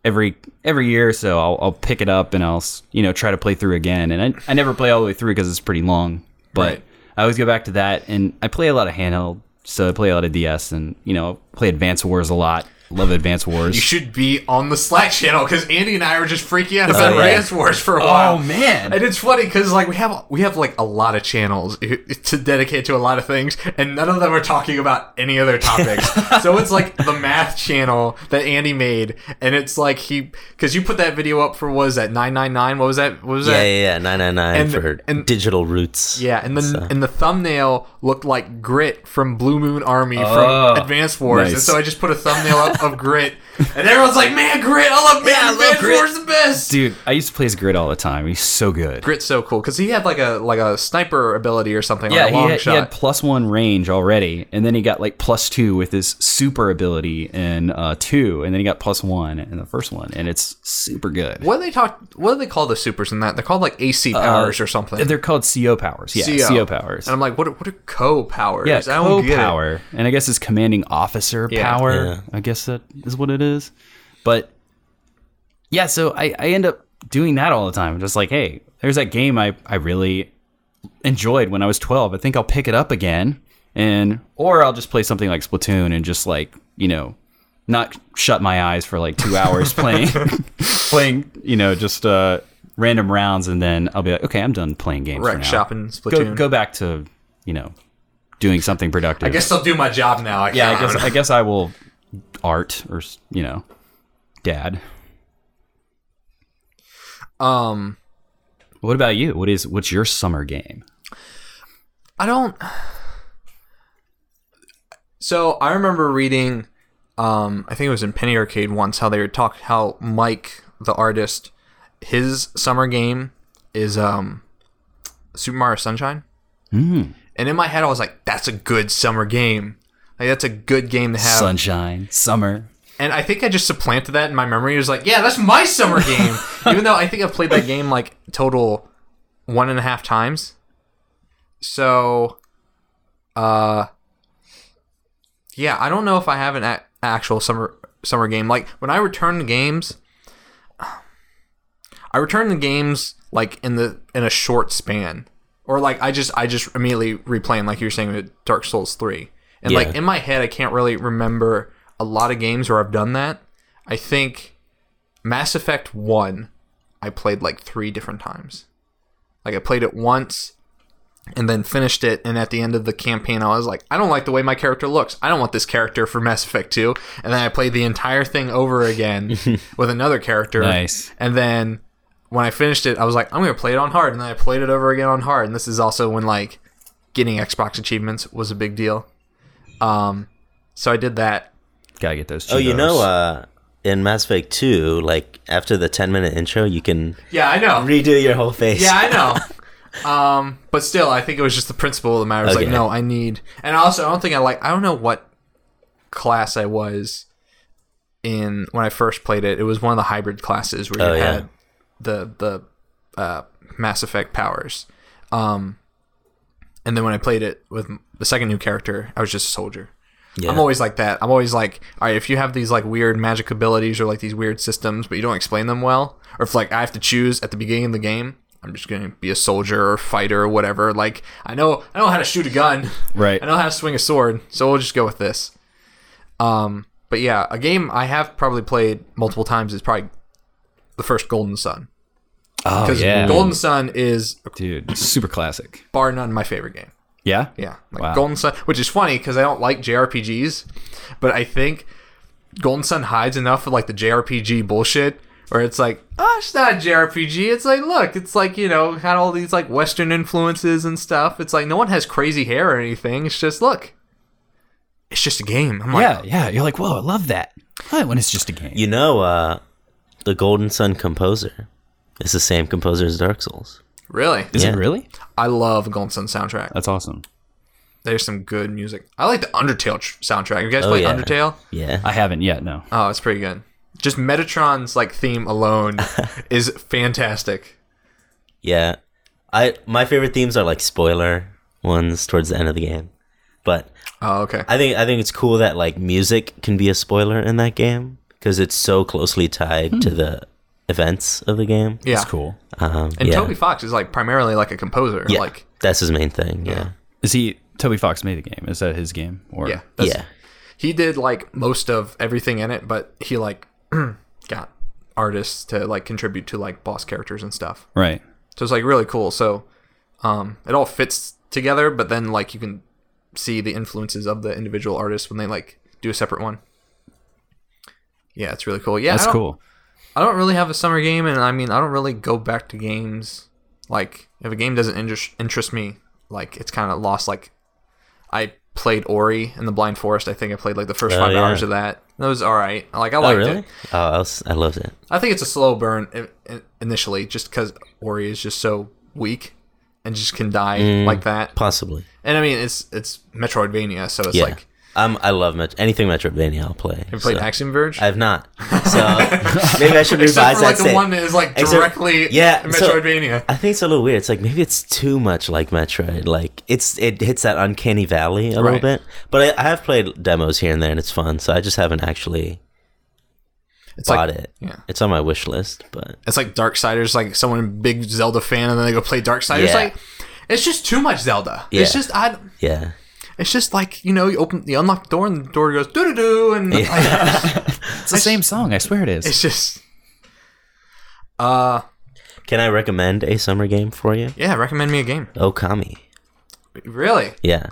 Speaker 3: every every year. So I'll, I'll pick it up and I'll s- you know try to play through again, and I, I never play all the way through because it's pretty long. But
Speaker 1: Right.
Speaker 3: I always go back to that, and I play a lot of handheld, so I play a lot of DS, and you know play Advance Wars a lot. Love Advance Wars.
Speaker 1: You should be on the Slack channel because Andy and I were just freaking out about
Speaker 2: Oh, yeah. Oh,
Speaker 1: Advance Wars for a while.
Speaker 3: man,
Speaker 1: And it's funny because like we have we have like a lot of channels to dedicate to a lot of things, and none of them are talking about any other
Speaker 2: *laughs*
Speaker 1: topics. so it's like the math channel that Andy made, and it's like he because you put that video up for what was that nine nine nine? What was that? What was
Speaker 2: Yeah,
Speaker 1: that?
Speaker 2: yeah, yeah. Nine nine nine
Speaker 1: And-
Speaker 2: for
Speaker 1: and-
Speaker 2: digital roots.
Speaker 1: Yeah, and the and the thumbnail looked like Grit from Blue Moon Army
Speaker 3: Oh.
Speaker 1: from Advanced Wars, and
Speaker 3: nice.
Speaker 1: so I just put a thumbnail up of Grit, and everyone's like, "Man, Grit! I love man,
Speaker 2: I love
Speaker 1: Advanced
Speaker 2: Grit."
Speaker 1: Wars the best."
Speaker 3: dude, I used to play as Grid all the time. He's so good.
Speaker 1: Grit's so cool because he had like a like a sniper ability or something, yeah,
Speaker 3: yeah,
Speaker 1: like a
Speaker 3: he
Speaker 1: long
Speaker 3: had, he
Speaker 1: shot.
Speaker 3: had plus one range already, and then he got like plus two with his super ability in uh, two, and then he got plus one in the first one, and it's super good.
Speaker 1: What do they talk? What do they call the supers in that? They're called like AC powers or something.
Speaker 3: Uh, They're called CO powers. Yeah, CO, powers.
Speaker 1: And I'm like, what? Are, what are co powers?
Speaker 3: yeah,
Speaker 1: I don't get it.
Speaker 3: power, and I guess it's commanding officer
Speaker 1: Yeah.
Speaker 3: power. I guess that is what it is. But yeah, so I, I end up doing that all the time. I'm just like, hey, there's that game I, I really enjoyed when I was 12. I think I'll pick it up again, and or I'll just play something like Splatoon and just like you know, not shut my eyes for like
Speaker 1: *laughs*
Speaker 3: two hours playing playing you know just uh random rounds, and then I'll be like, okay, I'm done playing games. for
Speaker 1: Wreck
Speaker 3: now.
Speaker 1: shop and
Speaker 3: Go
Speaker 1: Splatoon.
Speaker 3: go back to you know doing something productive.
Speaker 1: I guess I'll do my job now. I
Speaker 3: Yeah, I
Speaker 1: can't.
Speaker 3: guess I guess I will art or s- you know, dad.
Speaker 1: Um,
Speaker 3: What about you? What is what's your summer game?
Speaker 1: I don't. So I remember reading, um, I think it was in Penny Arcade once, how they were talk how Mike, the artist, his summer game is um, Super Mario Sunshine. And in my head, I was like, "That's a good summer game. Like that's a good game to have."
Speaker 3: Sunshine, summer.
Speaker 1: And I think I just supplanted that in my memory. It was like, yeah, that's my summer game. Even though I think I've played that game like total one and a half times. So, uh, yeah, I don't know if I have an a- actual summer summer game. Like when I return the games, I return the games like in the in a short span, or like I just I just immediately replay 'em, like you're saying with Dark Souls three, and like
Speaker 2: Yeah.
Speaker 1: in my head I can't really remember a lot of games where I've done that. I think Mass Effect one, I played like three different times. Like I played it once, and then finished it. And at the end of the campaign, I was like, I don't like the way my character looks. I don't want this character for Mass Effect 2. And then I played the entire thing over again with another character.
Speaker 3: Nice.
Speaker 1: And then when I finished it, I was like, I'm going to play it on hard. And then I played it over again on hard. And this is also when, like, getting Xbox achievements was a big deal. Um, so I did that.
Speaker 3: Gotta get those. Cheetos.
Speaker 2: Oh, you know, uh, in Mass Effect 2, like after the 10 minute intro, you can
Speaker 1: Yeah, I know.
Speaker 2: redo your whole face.
Speaker 1: Yeah, I know. um, but still, I think it was just the principle of the matter. It's like,
Speaker 2: Okay.
Speaker 1: no, I need, and also, I don't think I like. I don't know what class I was in when I first played it. It was one of the hybrid classes where you
Speaker 2: Oh, yeah.
Speaker 1: had the the uh, Mass Effect powers. Um, and then when I played it with the second new character, I was just a soldier.
Speaker 2: Yeah.
Speaker 1: I'm always like that. I'm always like, all right, if you have these like weird magic abilities or like these weird systems, but you don't explain them well, or if like I have to choose at the beginning of the game, I'm just gonna be a soldier or fighter or whatever. Like I know I know how to shoot a gun,
Speaker 3: Right.
Speaker 1: I know how to swing a sword, so we'll just go with this. Um, but yeah, a game I have probably played multiple times is probably the first Golden Sun
Speaker 3: Oh
Speaker 1: because
Speaker 3: yeah,
Speaker 1: Golden Sun is
Speaker 3: dude, super classic.
Speaker 1: bar none my favorite game.
Speaker 3: Yeah.
Speaker 1: Yeah, like
Speaker 3: Wow.
Speaker 1: Golden Sun, which is funny because I don't like JRPGs, but I think Golden Sun hides enough of like the JRPG bullshit where it's like, oh, it's not a JRPG. It's like, look, it's like you know, had all these like Western influences and stuff. It's like no one has crazy hair or anything. It's just look, it's just a game. I'm like,
Speaker 3: Yeah, yeah. You're like, whoa, I love that. I like when it's just a game.
Speaker 2: You know, uh, the Golden Sun composer is the same composer as Dark Souls.
Speaker 1: really?
Speaker 3: Is
Speaker 2: Yeah.
Speaker 3: it really?
Speaker 1: I love Golden Sun soundtrack.
Speaker 3: That's awesome.
Speaker 1: There's some good music. I like the Undertale tr- soundtrack. You guys
Speaker 2: Oh,
Speaker 1: play
Speaker 2: yeah.
Speaker 1: Undertale?
Speaker 2: Yeah.
Speaker 3: I haven't yet. No.
Speaker 1: Oh, it's pretty good. Just Metatron's like theme alone is fantastic.
Speaker 2: Yeah. I my favorite themes are like spoiler ones towards the end of the game. But
Speaker 1: Oh, okay.
Speaker 2: I think I think it's cool that like music can be a spoiler in that game because it's so closely tied to the events of the game.
Speaker 1: yeah.
Speaker 3: That's cool.
Speaker 2: Um,
Speaker 1: And
Speaker 2: yeah.
Speaker 1: Toby Fox is like primarily like a composer.
Speaker 2: yeah.
Speaker 1: Like
Speaker 2: that's his main thing. Yeah.
Speaker 3: Is he Toby Fox made the game? Is that his game? Or
Speaker 1: yeah.
Speaker 2: Yeah.
Speaker 1: that's- He did like most of everything in it, but he like *clears throat* got artists to like contribute to like boss characters and stuff.
Speaker 3: Right.
Speaker 1: So it's like really cool. So um it all fits together, but then like you can see the influences of the individual artists when they like do a separate one. Yeah, it's really cool. Yeah, I
Speaker 3: That's
Speaker 1: don't-
Speaker 3: cool.
Speaker 1: I don't really have a summer game, and I mean, I don't really go back to games. Like, if a game doesn't inter- interest me, like, it's kind of lost. Like, I played Ori and the Blind Forest. I think I played, like, the first
Speaker 2: Oh,
Speaker 1: five
Speaker 2: yeah.
Speaker 1: hours of that. That was all right. Like, I
Speaker 2: Oh
Speaker 1: liked
Speaker 2: really?
Speaker 1: it.
Speaker 2: Oh, I, was, I loved it.
Speaker 1: I think it's a slow burn in- in- initially, just because Ori is just so weak and just can die
Speaker 2: Mm.
Speaker 1: like that.
Speaker 2: Possibly.
Speaker 1: And, I mean, it's it's Metroidvania, so it's
Speaker 2: Yeah.
Speaker 1: like,
Speaker 2: um, I love Met- anything Metroidvania. I'll play.
Speaker 1: you played
Speaker 2: so-
Speaker 1: Axiom Verge?
Speaker 2: I have not. So *laughs* maybe I should
Speaker 1: Except
Speaker 2: revise
Speaker 1: for, like, the
Speaker 2: that. state.
Speaker 1: one that is, like,
Speaker 2: Except-
Speaker 1: directly
Speaker 2: Yeah, so-
Speaker 1: Metroidvania.
Speaker 2: I think it's a little weird. It's like maybe it's too much like Metroid. Like it's it hits that uncanny valley a
Speaker 1: Right.
Speaker 2: little bit. But I, I have played demos here and there, and it's fun. So I just haven't actually
Speaker 1: it's
Speaker 2: bought
Speaker 1: like,
Speaker 2: it.
Speaker 1: yeah.
Speaker 2: It's on my wish list, but
Speaker 1: It's like Darksiders, like someone big Zelda fan, and then they go play Darksiders.
Speaker 2: Yeah.
Speaker 1: Like, it's just too much Zelda. It's
Speaker 2: Yeah.
Speaker 1: just I.
Speaker 2: yeah,
Speaker 1: It's just like you know, you open, you unlock the door, and the door goes doo doo doo, and like,
Speaker 3: It's the same song. I swear it is.
Speaker 1: it's just. Uh,
Speaker 2: can I recommend a summer game for you?
Speaker 1: yeah. Recommend me a game.
Speaker 2: Okami.
Speaker 1: Really?
Speaker 2: Yeah.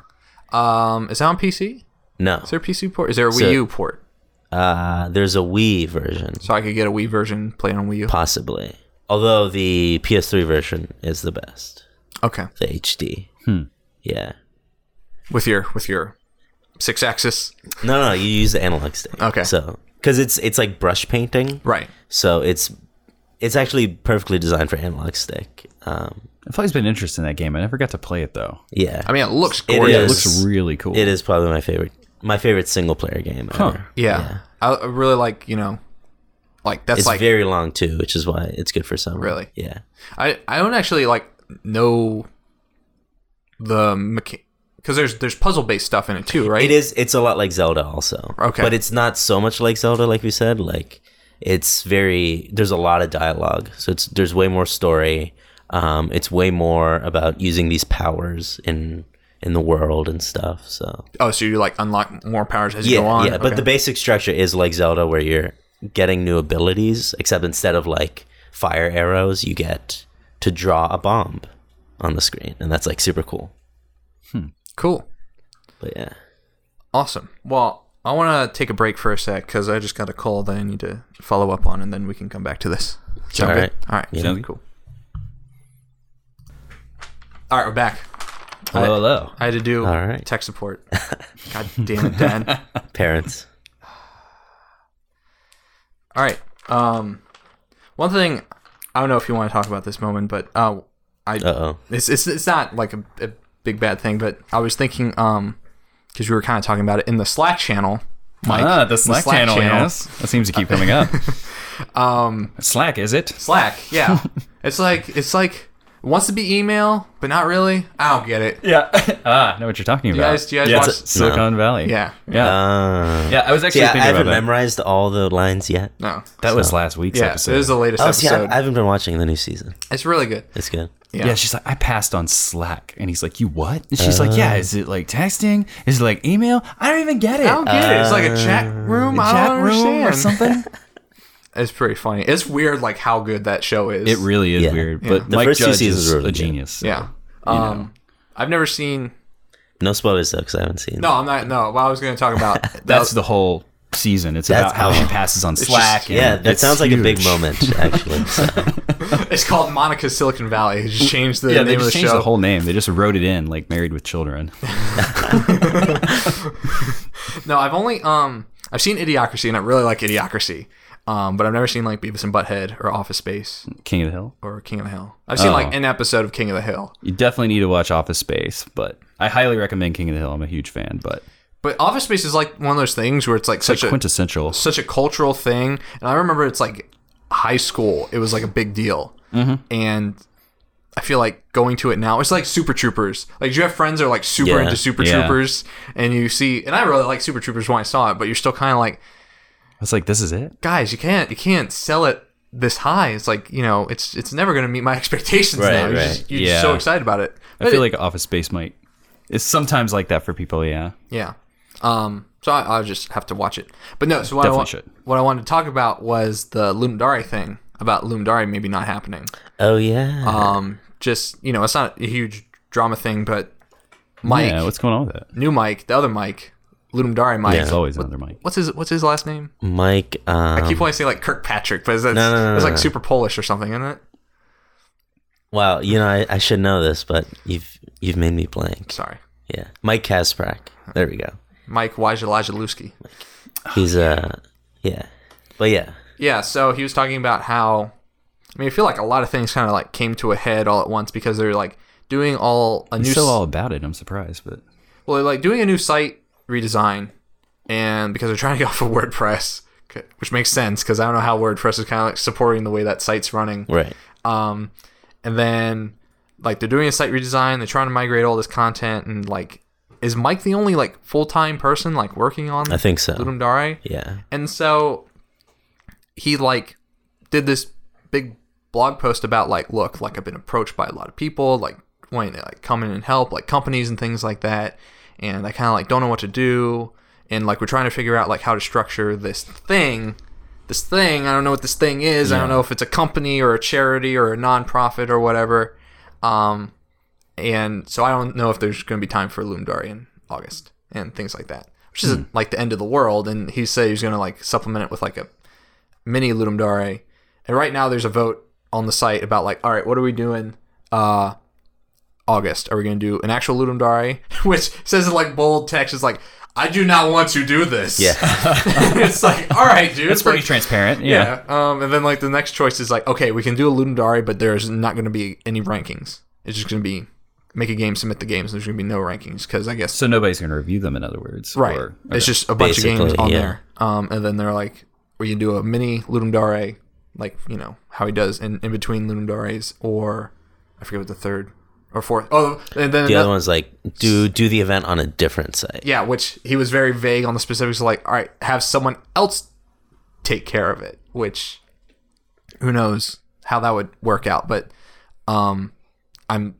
Speaker 1: Um, is that on PC? Is
Speaker 2: No.
Speaker 1: there a PC port? Is there a Wii
Speaker 2: So-
Speaker 1: U port?
Speaker 2: Uh, there's a Wii version,
Speaker 1: So I could get a Wii version, play it on Wii U.
Speaker 2: possibly. Although the PS3 version is the best,
Speaker 1: Okay,
Speaker 2: the HD. Yeah.
Speaker 1: with your with your six axis.
Speaker 2: No, no, you use the analog stick.
Speaker 1: Okay.
Speaker 2: So, because it's it's like brush painting,
Speaker 1: Right.
Speaker 2: so it's it's actually perfectly designed for analog stick. Um,
Speaker 3: I've always been interested in that game. I never got to play it though.
Speaker 2: yeah,
Speaker 1: I mean, it looks
Speaker 2: It
Speaker 1: gorgeous.
Speaker 2: is.
Speaker 3: It looks really cool.
Speaker 2: it is probably my favorite my favorite single player game
Speaker 3: Huh.
Speaker 2: ever.
Speaker 1: Yeah. I I really like you know, like that's
Speaker 2: It's
Speaker 1: like
Speaker 2: very long too, which is why it's good for summer.
Speaker 1: Really?
Speaker 2: Yeah.
Speaker 1: I I don't actually like know the mecha- Because there's there's puzzle based stuff in it too, right?
Speaker 2: It is. It's a lot like Zelda, also.
Speaker 1: Okay.
Speaker 2: But it's not so much like Zelda, like we said. Like it's very. There's a lot of dialogue, so it's there's way more story. Um, it's way more about using these powers in in the world and stuff. So
Speaker 1: Oh, so you like unlock more powers as
Speaker 2: yeah,
Speaker 1: you go on.
Speaker 2: yeah. But
Speaker 1: Okay.
Speaker 2: the basic structure is like Zelda, where you're getting new abilities, except instead of like fire arrows, you get to draw a bomb on the screen, and that's like super cool.
Speaker 1: cool,
Speaker 2: But yeah.
Speaker 1: awesome. Well, I want to take a break for a sec because I just got a call that I need to follow up on, and then we can come back to this. Sound
Speaker 2: All
Speaker 1: good?
Speaker 2: right.
Speaker 1: All right.
Speaker 3: Sounds
Speaker 1: Cool. All right, we're back.
Speaker 3: Hello, hello.
Speaker 1: I had to do
Speaker 2: All right.
Speaker 1: tech support. God damn it,
Speaker 2: *laughs*
Speaker 1: Dad.
Speaker 2: Parents.
Speaker 1: All right. Um, one thing I don't know if you want to talk about this moment, but uh, I
Speaker 2: Uh oh.
Speaker 1: it's, it's it's not like a, a big bad thing, but I was thinking um because we were kind of talking about it in the Slack channel, Mike.
Speaker 3: ah, the Slack, channel. Yes, that seems to keep
Speaker 1: *laughs*
Speaker 3: coming up. um, Slack is it?
Speaker 1: Slack,
Speaker 3: *laughs*
Speaker 1: yeah. it's like it's like it wants to be email, but not really. I don't get it. You
Speaker 3: Yeah. *laughs* ah, I know what you're talking about.
Speaker 1: guys, do you guys
Speaker 3: yeah,
Speaker 1: watch?
Speaker 3: it's Silicon Valley.
Speaker 1: yeah.
Speaker 3: Yeah.
Speaker 2: Uh,
Speaker 3: yeah. I was actually
Speaker 2: See, I, I
Speaker 3: thinking
Speaker 2: haven't
Speaker 3: about that.
Speaker 2: memorized all the lines yet.
Speaker 1: No.
Speaker 3: That was last week's
Speaker 1: Yeah.
Speaker 3: episode.
Speaker 1: It is the latest
Speaker 2: Oh, see, I,
Speaker 1: episode.
Speaker 2: I haven't been watching the new season.
Speaker 1: it's really good.
Speaker 2: It's good.
Speaker 1: Yeah.
Speaker 3: Yeah. she's like, I passed on Slack, and he's like, you what? And she's like,
Speaker 2: Uh.
Speaker 3: yeah, is it like texting? Is it like email? I don't even get it. Uh,
Speaker 1: I don't get it. It's
Speaker 2: Uh,
Speaker 1: like a chat room. I
Speaker 3: Chat
Speaker 1: don't
Speaker 3: room or
Speaker 1: understand.
Speaker 2: *laughs*
Speaker 3: something.
Speaker 1: It's pretty funny. It's weird, like how good that show is.
Speaker 3: it really is
Speaker 2: Yeah.
Speaker 3: weird,
Speaker 2: Yeah.
Speaker 3: but
Speaker 2: The
Speaker 3: Mike
Speaker 2: first two
Speaker 3: Judge
Speaker 2: seasons
Speaker 3: is
Speaker 2: were
Speaker 3: a
Speaker 2: really good.
Speaker 3: genius. so,
Speaker 1: Yeah.
Speaker 3: you know.
Speaker 1: Um, I've never seen.
Speaker 2: No spoilers though, because I haven't seen.
Speaker 1: No, I'm not. No, well, I was going to talk about
Speaker 3: *laughs* that's the whole season. It's
Speaker 2: That's
Speaker 3: about how
Speaker 2: how-
Speaker 3: she passes on Slack.
Speaker 2: it. Yeah,
Speaker 3: and
Speaker 2: that
Speaker 3: it's
Speaker 2: sounds like a big
Speaker 3: huge. *laughs*
Speaker 2: moment actually. So,
Speaker 1: It's called Monica Silicon Valley. They just changed the
Speaker 3: Yeah, they
Speaker 1: name of the
Speaker 3: just changed
Speaker 1: show.
Speaker 3: the whole name. They just wrote it in like Married with Children.
Speaker 1: no, I've only um I've seen Idiocracy and I really like Idiocracy. Um, but I've never seen like Beavis and Butthead or Office Space
Speaker 3: King of the Hill.
Speaker 1: or King of the Hill. I've seen like
Speaker 3: Oh.
Speaker 1: an episode of King of the Hill.
Speaker 3: You definitely need to watch Office Space, but I highly recommend King of the Hill. I'm a huge fan, but
Speaker 1: But Office Space is like one of those things where it's like
Speaker 3: it's
Speaker 1: such a
Speaker 3: quintessential.
Speaker 1: such a cultural thing. And I remember it's like high school. It was like a big deal.
Speaker 3: Mm-hmm.
Speaker 1: And I feel like going to it now. It's like Super Troopers. Like do you have friends that are like super
Speaker 2: Yeah,
Speaker 1: into Super
Speaker 3: yeah.
Speaker 1: Troopers, and you see. And I really like Super Troopers when I saw it, but you're still kind of like,
Speaker 3: It's like this is it.
Speaker 1: guys, you can't you can't sell it this high. It's like you know, it's it's never going to meet my *laughs* expectations
Speaker 2: Right,
Speaker 1: now. You're,
Speaker 2: right.
Speaker 1: just, you're
Speaker 3: Yeah.
Speaker 1: just so excited about it.
Speaker 3: I feel like Office Space might. It's sometimes like that for people. Yeah.
Speaker 1: Yeah. Um, so I, I'll just have to watch it. But no, so what I,
Speaker 3: Definitely
Speaker 1: wa-
Speaker 3: should.
Speaker 1: what I wanted to talk about was the Lumdari thing about Lumdari maybe not happening.
Speaker 2: oh yeah.
Speaker 1: Um, just, you know, it's not a huge drama thing, but Mike,
Speaker 3: Yeah. What's going on with that?
Speaker 1: new Mike, the other Mike, Lumdari Mike.
Speaker 3: It's always another mic.
Speaker 1: What's his What's his last name?
Speaker 2: Mike. Um,
Speaker 1: I keep wanting to say like Kirkpatrick, but it's, it's,
Speaker 2: no, no,
Speaker 1: it's like
Speaker 2: no.
Speaker 1: super Polish or something, isn't it?
Speaker 2: Wow, you know I, I should know this, but you've you've made me blank.
Speaker 1: Sorry,
Speaker 2: Yeah, Mike Kasprak. There we go.
Speaker 1: Mike Wojciechowski.
Speaker 2: He's uh yeah, but yeah,
Speaker 1: Yeah, so he was talking about how I mean, I feel like a lot of things kind of like came to a head all at once because they're like doing all a new
Speaker 3: He's
Speaker 1: s-
Speaker 3: still all about it. I'm surprised, but
Speaker 1: well, they're like doing a new site redesign, and because they're trying to get off of *laughs* WordPress, c- which makes sense because I don't know how WordPress is kind of like supporting the way that site's running.
Speaker 2: right.
Speaker 1: Um, and then like they're doing a site redesign, they're trying to migrate all this content, and like, is Mike the only like full time person like working on
Speaker 2: I think so.
Speaker 1: Ludum Dare?
Speaker 2: Yeah.
Speaker 1: And so he like did this big blog post about like, look, like I've been approached by a lot of people, like wanting to like come in and help, like companies and things like that. And I kinda like don't know what to do. And like we're trying to figure out like how to structure this thing. This thing, I don't know what this thing is. I don't know if it's a company or a charity or a nonprofit or whatever. Um, and so I don't know if there's going to be time for Lumdari in August and things like that, which isn't like the end of the world. And he said he was going to like supplement it with like a mini Lumdari. And right now there's a vote on the site about like, all right, what are we doing? Uh, August, are we going to do an actual Ludumdare? *laughs* Which says in like bold text, it's like, I do not want to do this.
Speaker 2: Yeah.
Speaker 1: *laughs* it's like, all right, dude.
Speaker 3: it's pretty
Speaker 1: like,
Speaker 3: transparent. Yeah.
Speaker 1: yeah. Um, and then like the next choice is like, okay, we can do a Ludendare, but there's not going to be any rankings. It's just going to be make a game, submit the games. And there's going to be no rankings because I guess
Speaker 3: So nobody's going to review them. In other words,
Speaker 1: right.
Speaker 3: Or,
Speaker 1: It's just a bunch of games
Speaker 2: Basically,
Speaker 1: on
Speaker 2: yeah.
Speaker 1: there. Um, and then they're like, we can do a mini Ludendare, like you know how he does in, in between Ludendares, or I forget what the third or fourth. Oh, and then
Speaker 2: The
Speaker 1: ano-
Speaker 2: other one's like do do the event on a different site.
Speaker 1: yeah, which he was very vague on the specifics. Like, all right, have someone else take care of it. Which, who knows how that would work out? But, um, I'm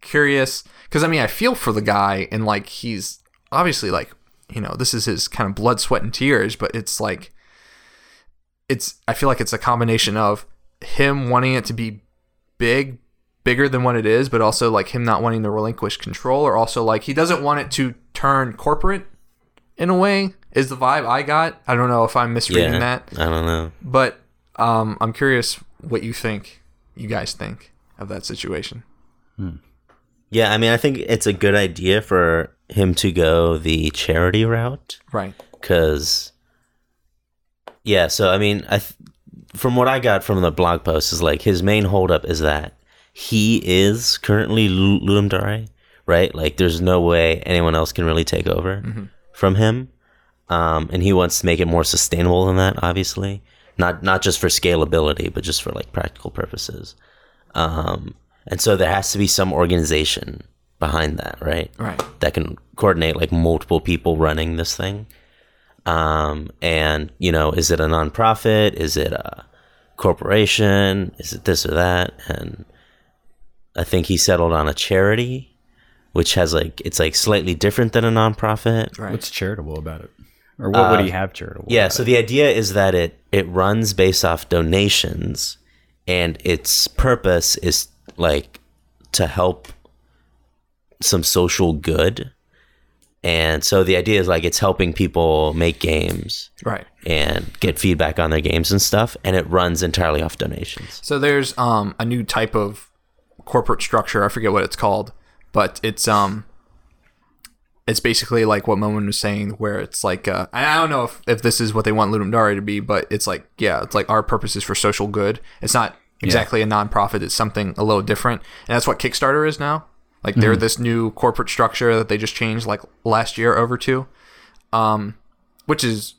Speaker 1: curious because I mean I feel for the guy and like he's obviously like you know this is his kind of blood, sweat, and tears. But it's like, it's I feel like it's a combination of him wanting it to be big bigger than what it is, but also like him not wanting to relinquish control, or also like he doesn't want it to turn corporate in a way, is the vibe I got. I don't know if I'm misreading
Speaker 2: Yeah,
Speaker 1: that,
Speaker 2: I don't know.
Speaker 1: but um, I'm curious what you think, you guys think of that situation.
Speaker 2: Yeah, I mean, I think it's a good idea for him to go the charity route
Speaker 1: Right.
Speaker 2: because, yeah. So I mean, I th- from what I got from the blog post is like his main holdup is that he is currently Lu- Ludum Dare, right? Like, there's no way anyone else can really take over from him, um, and he wants to make it more sustainable than that, obviously. Not not just for scalability, but just for like practical purposes. Um, and so there has to be some organization behind that, right?
Speaker 1: Right.
Speaker 2: That can coordinate like multiple people running this thing. Um, and you know, is it a nonprofit? Is it a corporation? Is it this or that? And I think he settled on a charity, which has like it's like slightly different than a nonprofit.
Speaker 1: Right.
Speaker 3: What's charitable about it? Or what would he have charitable?
Speaker 2: Uh, Yeah, so the idea is that it it runs based off donations and its purpose is like to help some social good. And so the idea is like it's helping people make games
Speaker 1: right.
Speaker 2: and get feedback on their games and stuff and it runs entirely off donations.
Speaker 1: So there's um, a new type of corporate structure. I forget what it's called, but it's um, it's basically like what Moman was saying, where it's like uh, I I don't know if, if this is what they want Ludum Dare to be, but it's like yeah, it's like our purpose is for social good. It's not exactly a nonprofit. It's something a little different, and that's what Kickstarter is now. Like they're this new corporate structure that they just changed like last year over to, um, which is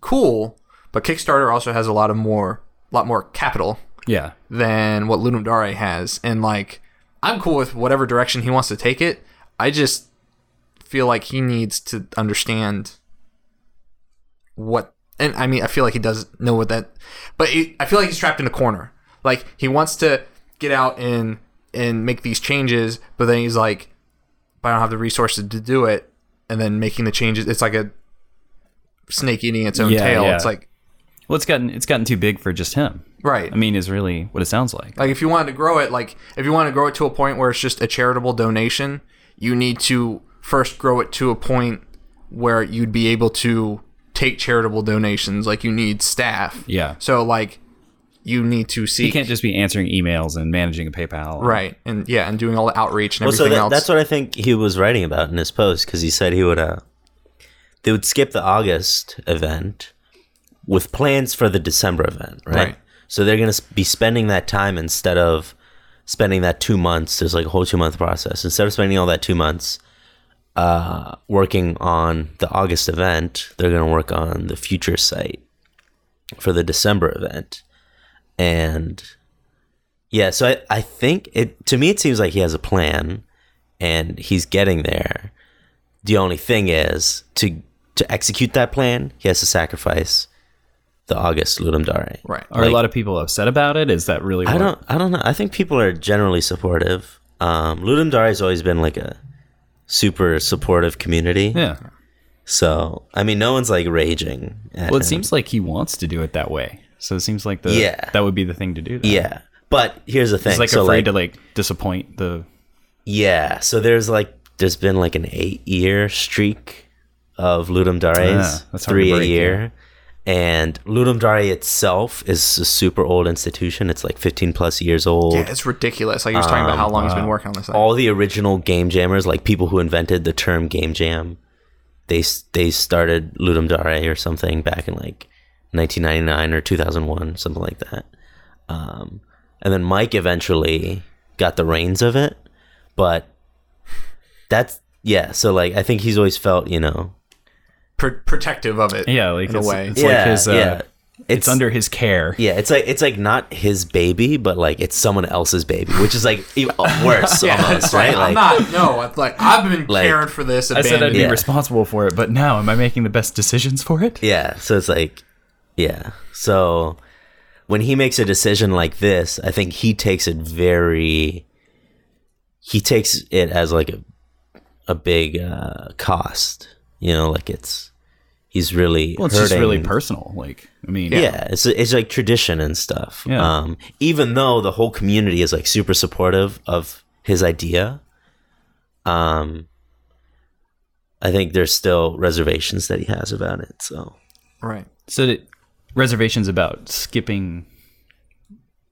Speaker 1: cool. But Kickstarter also has a lot of more, lot more capital
Speaker 3: Yeah.
Speaker 1: than what Ludum Dare has. And like, I'm cool with whatever direction he wants to take it. I just feel like he needs to understand what, and I mean, I feel like he does know what that, but he, I feel like he's trapped in a corner. Like he wants to get out and and make these changes, but then he's like, but I don't have the resources to do it. And then making the changes, it's like a snake eating its own
Speaker 3: Yeah,
Speaker 1: tail.
Speaker 3: yeah.
Speaker 1: It's like
Speaker 3: Well, it's gotten it's gotten too big for just him.
Speaker 1: right.
Speaker 3: I mean, is really what it sounds like.
Speaker 1: Like if you wanted to grow it, like if you want to grow it to a point where it's just a charitable donation, you need to first grow it to a point where you'd be able to take charitable donations. Like you need staff.
Speaker 3: Yeah.
Speaker 1: So like you need to seek
Speaker 3: He can't just be answering emails and managing a PayPal.
Speaker 1: right and yeah and doing all the outreach and
Speaker 2: Well, so
Speaker 1: everything
Speaker 2: that,
Speaker 1: else.
Speaker 2: that's what I think he was writing about in his post because he said he would uh they would skip the August event with plans for the December event, right?
Speaker 1: Right.
Speaker 2: So they're going to be spending that time instead of spending that two months. There's like a whole two month process. Instead of spending all that two months uh, working on the August event, they're going to work on the future site for the December event. And yeah, so I, I think it to me it seems like he has a plan and he's getting there. The only thing is to to execute that plan, he has to sacrifice the August Ludum Dare.
Speaker 1: right.
Speaker 3: Are a lot of people upset about it? Is that really?
Speaker 2: I
Speaker 3: what-
Speaker 2: don't I don't know. I think people are generally supportive. Um, Ludum Dare has always been like a super supportive community.
Speaker 3: Yeah.
Speaker 2: So I mean, no one's like raging. At
Speaker 3: Well, it
Speaker 2: him.
Speaker 3: seems like he wants to do it that way. So it seems like the
Speaker 2: Yeah.
Speaker 3: that would be the thing to do. Then.
Speaker 2: yeah. But here's the thing.
Speaker 3: He's like
Speaker 2: so
Speaker 3: afraid
Speaker 2: like,
Speaker 3: to like disappoint the.
Speaker 2: Yeah, so there's like there's been like an eight year streak of Ludum Dare's
Speaker 3: Yeah, Ah, that's hard to
Speaker 2: three a
Speaker 3: break,
Speaker 2: year, and Ludum Dare itself is a super old institution. It's like 15 plus years old.
Speaker 1: Yeah, it's ridiculous. Like he was talking
Speaker 3: Um,
Speaker 1: about how long he's been working on this thing.
Speaker 2: All the original game jammers, like people who invented the term game jam, they s- they started Ludum Dare or something back in like 1999 or 2001, something like that. Um, and then Mike eventually got the reins of it, but that's yeah. So like, I think he's always felt you know
Speaker 1: Pro- protective of it.
Speaker 3: Yeah, like
Speaker 1: in a
Speaker 3: *laughs* it's,
Speaker 1: way.
Speaker 3: it's like his uh, It's, under his care.
Speaker 2: Yeah, it's like it's like not his baby, but like it's someone else's baby, which is like even worse almost, right?
Speaker 1: I'm
Speaker 2: Like,
Speaker 1: not. No, I've, like I've
Speaker 3: *laughs*
Speaker 1: been
Speaker 2: Like-
Speaker 1: caring for this.
Speaker 3: I said I'd
Speaker 1: abandoned-
Speaker 3: be
Speaker 2: Yeah.
Speaker 3: responsible for it, but now am I making the best decisions for it?
Speaker 2: Yeah, so it's like, yeah. So when he makes a decision like this, I think he takes it very. He takes it as like a, a big uh, cost. You know, like it's he's really
Speaker 3: Well, it's just really
Speaker 2: hurting.
Speaker 3: personal. Like, I mean,
Speaker 2: Yeah. it's it's like tradition and stuff.
Speaker 3: Yeah.
Speaker 2: Um, even though the whole community is like super supportive of his idea, um, I think there's still reservations that he has about it. So
Speaker 1: Right.
Speaker 3: So that reservations about skipping,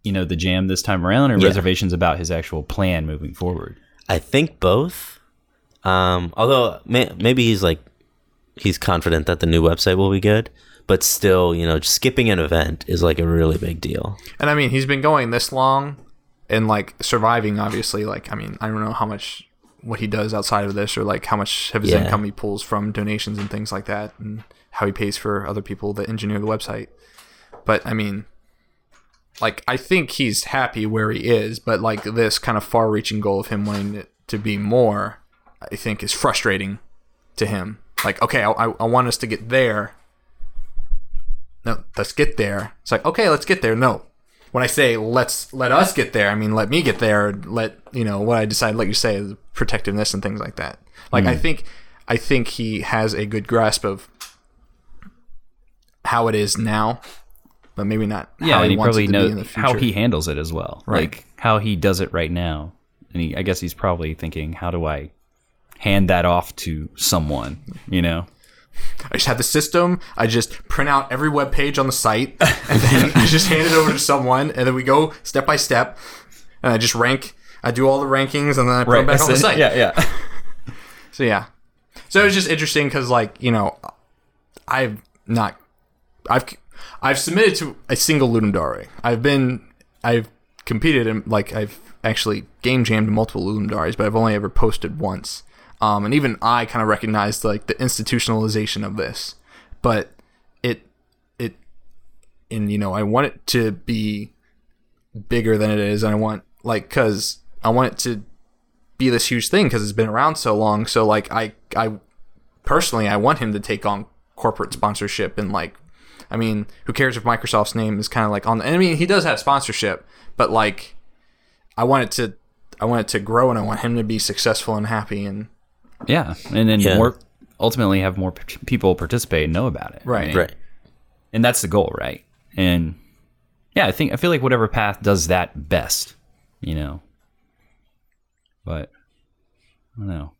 Speaker 3: you know, the jam this time around, or
Speaker 2: Yeah.
Speaker 3: reservations about his actual plan moving forward.
Speaker 2: I think both. Um, although may, maybe he's like he's confident that the new website will be good, but still, you know, just skipping an event is like a really big deal.
Speaker 1: And I mean, he's been going this long and like surviving, obviously. Like, I mean, I don't know how much what he does outside of this or like how much of his
Speaker 2: Yeah.
Speaker 1: income he pulls from donations and things like that and how he pays for other people that engineer the website. But I mean, like, I think he's happy where he is, but like this kind of far reaching goal of him wanting it to be more, I think is frustrating to him. Like, okay, I, I I want us to get there. No, let's get there. It's like, okay, let's get there. No, when I say let's let us get there, I mean let me get there. Let you know what I decide. Let you say is protectiveness and things like that. Like
Speaker 3: Hmm.
Speaker 1: I think, I think he has a good grasp of how it is now, but maybe not.
Speaker 3: Yeah,
Speaker 1: how
Speaker 3: and he,
Speaker 1: wants it
Speaker 3: probably
Speaker 1: to be in the
Speaker 3: knows how
Speaker 1: future.
Speaker 3: he handles it as well.
Speaker 1: Right.
Speaker 3: Like how he does it right now. And he, I guess he's probably thinking, how do I hand that off to someone? You know,
Speaker 1: I just have the system. I just print out every web page on the site, and then I just hand it over to someone, and then we go step by step, and I just rank. I do all the rankings, and then I put them back on the site.
Speaker 3: Yeah, yeah.
Speaker 1: So yeah, so it was just interesting because like you know, I've not, I've, I've submitted to a single Ludum Dare. I've been, I've competed in like I've actually game jammed multiple Ludum Dares, but I've only ever posted once. Um, and even I kind of recognized like the institutionalization of this, but it, it, and you know, I want it to be bigger than it is, and I want like because I want it to be this huge thing because it's been around so long. So like I I personally I want him to take on corporate sponsorship and like I mean who cares if Microsoft's name is kind of like on the, and I mean he does have sponsorship but like I want it to I want it to grow and I want him to be successful and happy and
Speaker 3: *laughs* yeah. And then
Speaker 2: Yeah.
Speaker 3: more ultimately have more p- people participate and know about it.
Speaker 1: Right.
Speaker 3: I mean,
Speaker 2: Right.
Speaker 3: and that's the goal, right? And yeah, I think I feel like whatever path does that best, you know. But I don't know.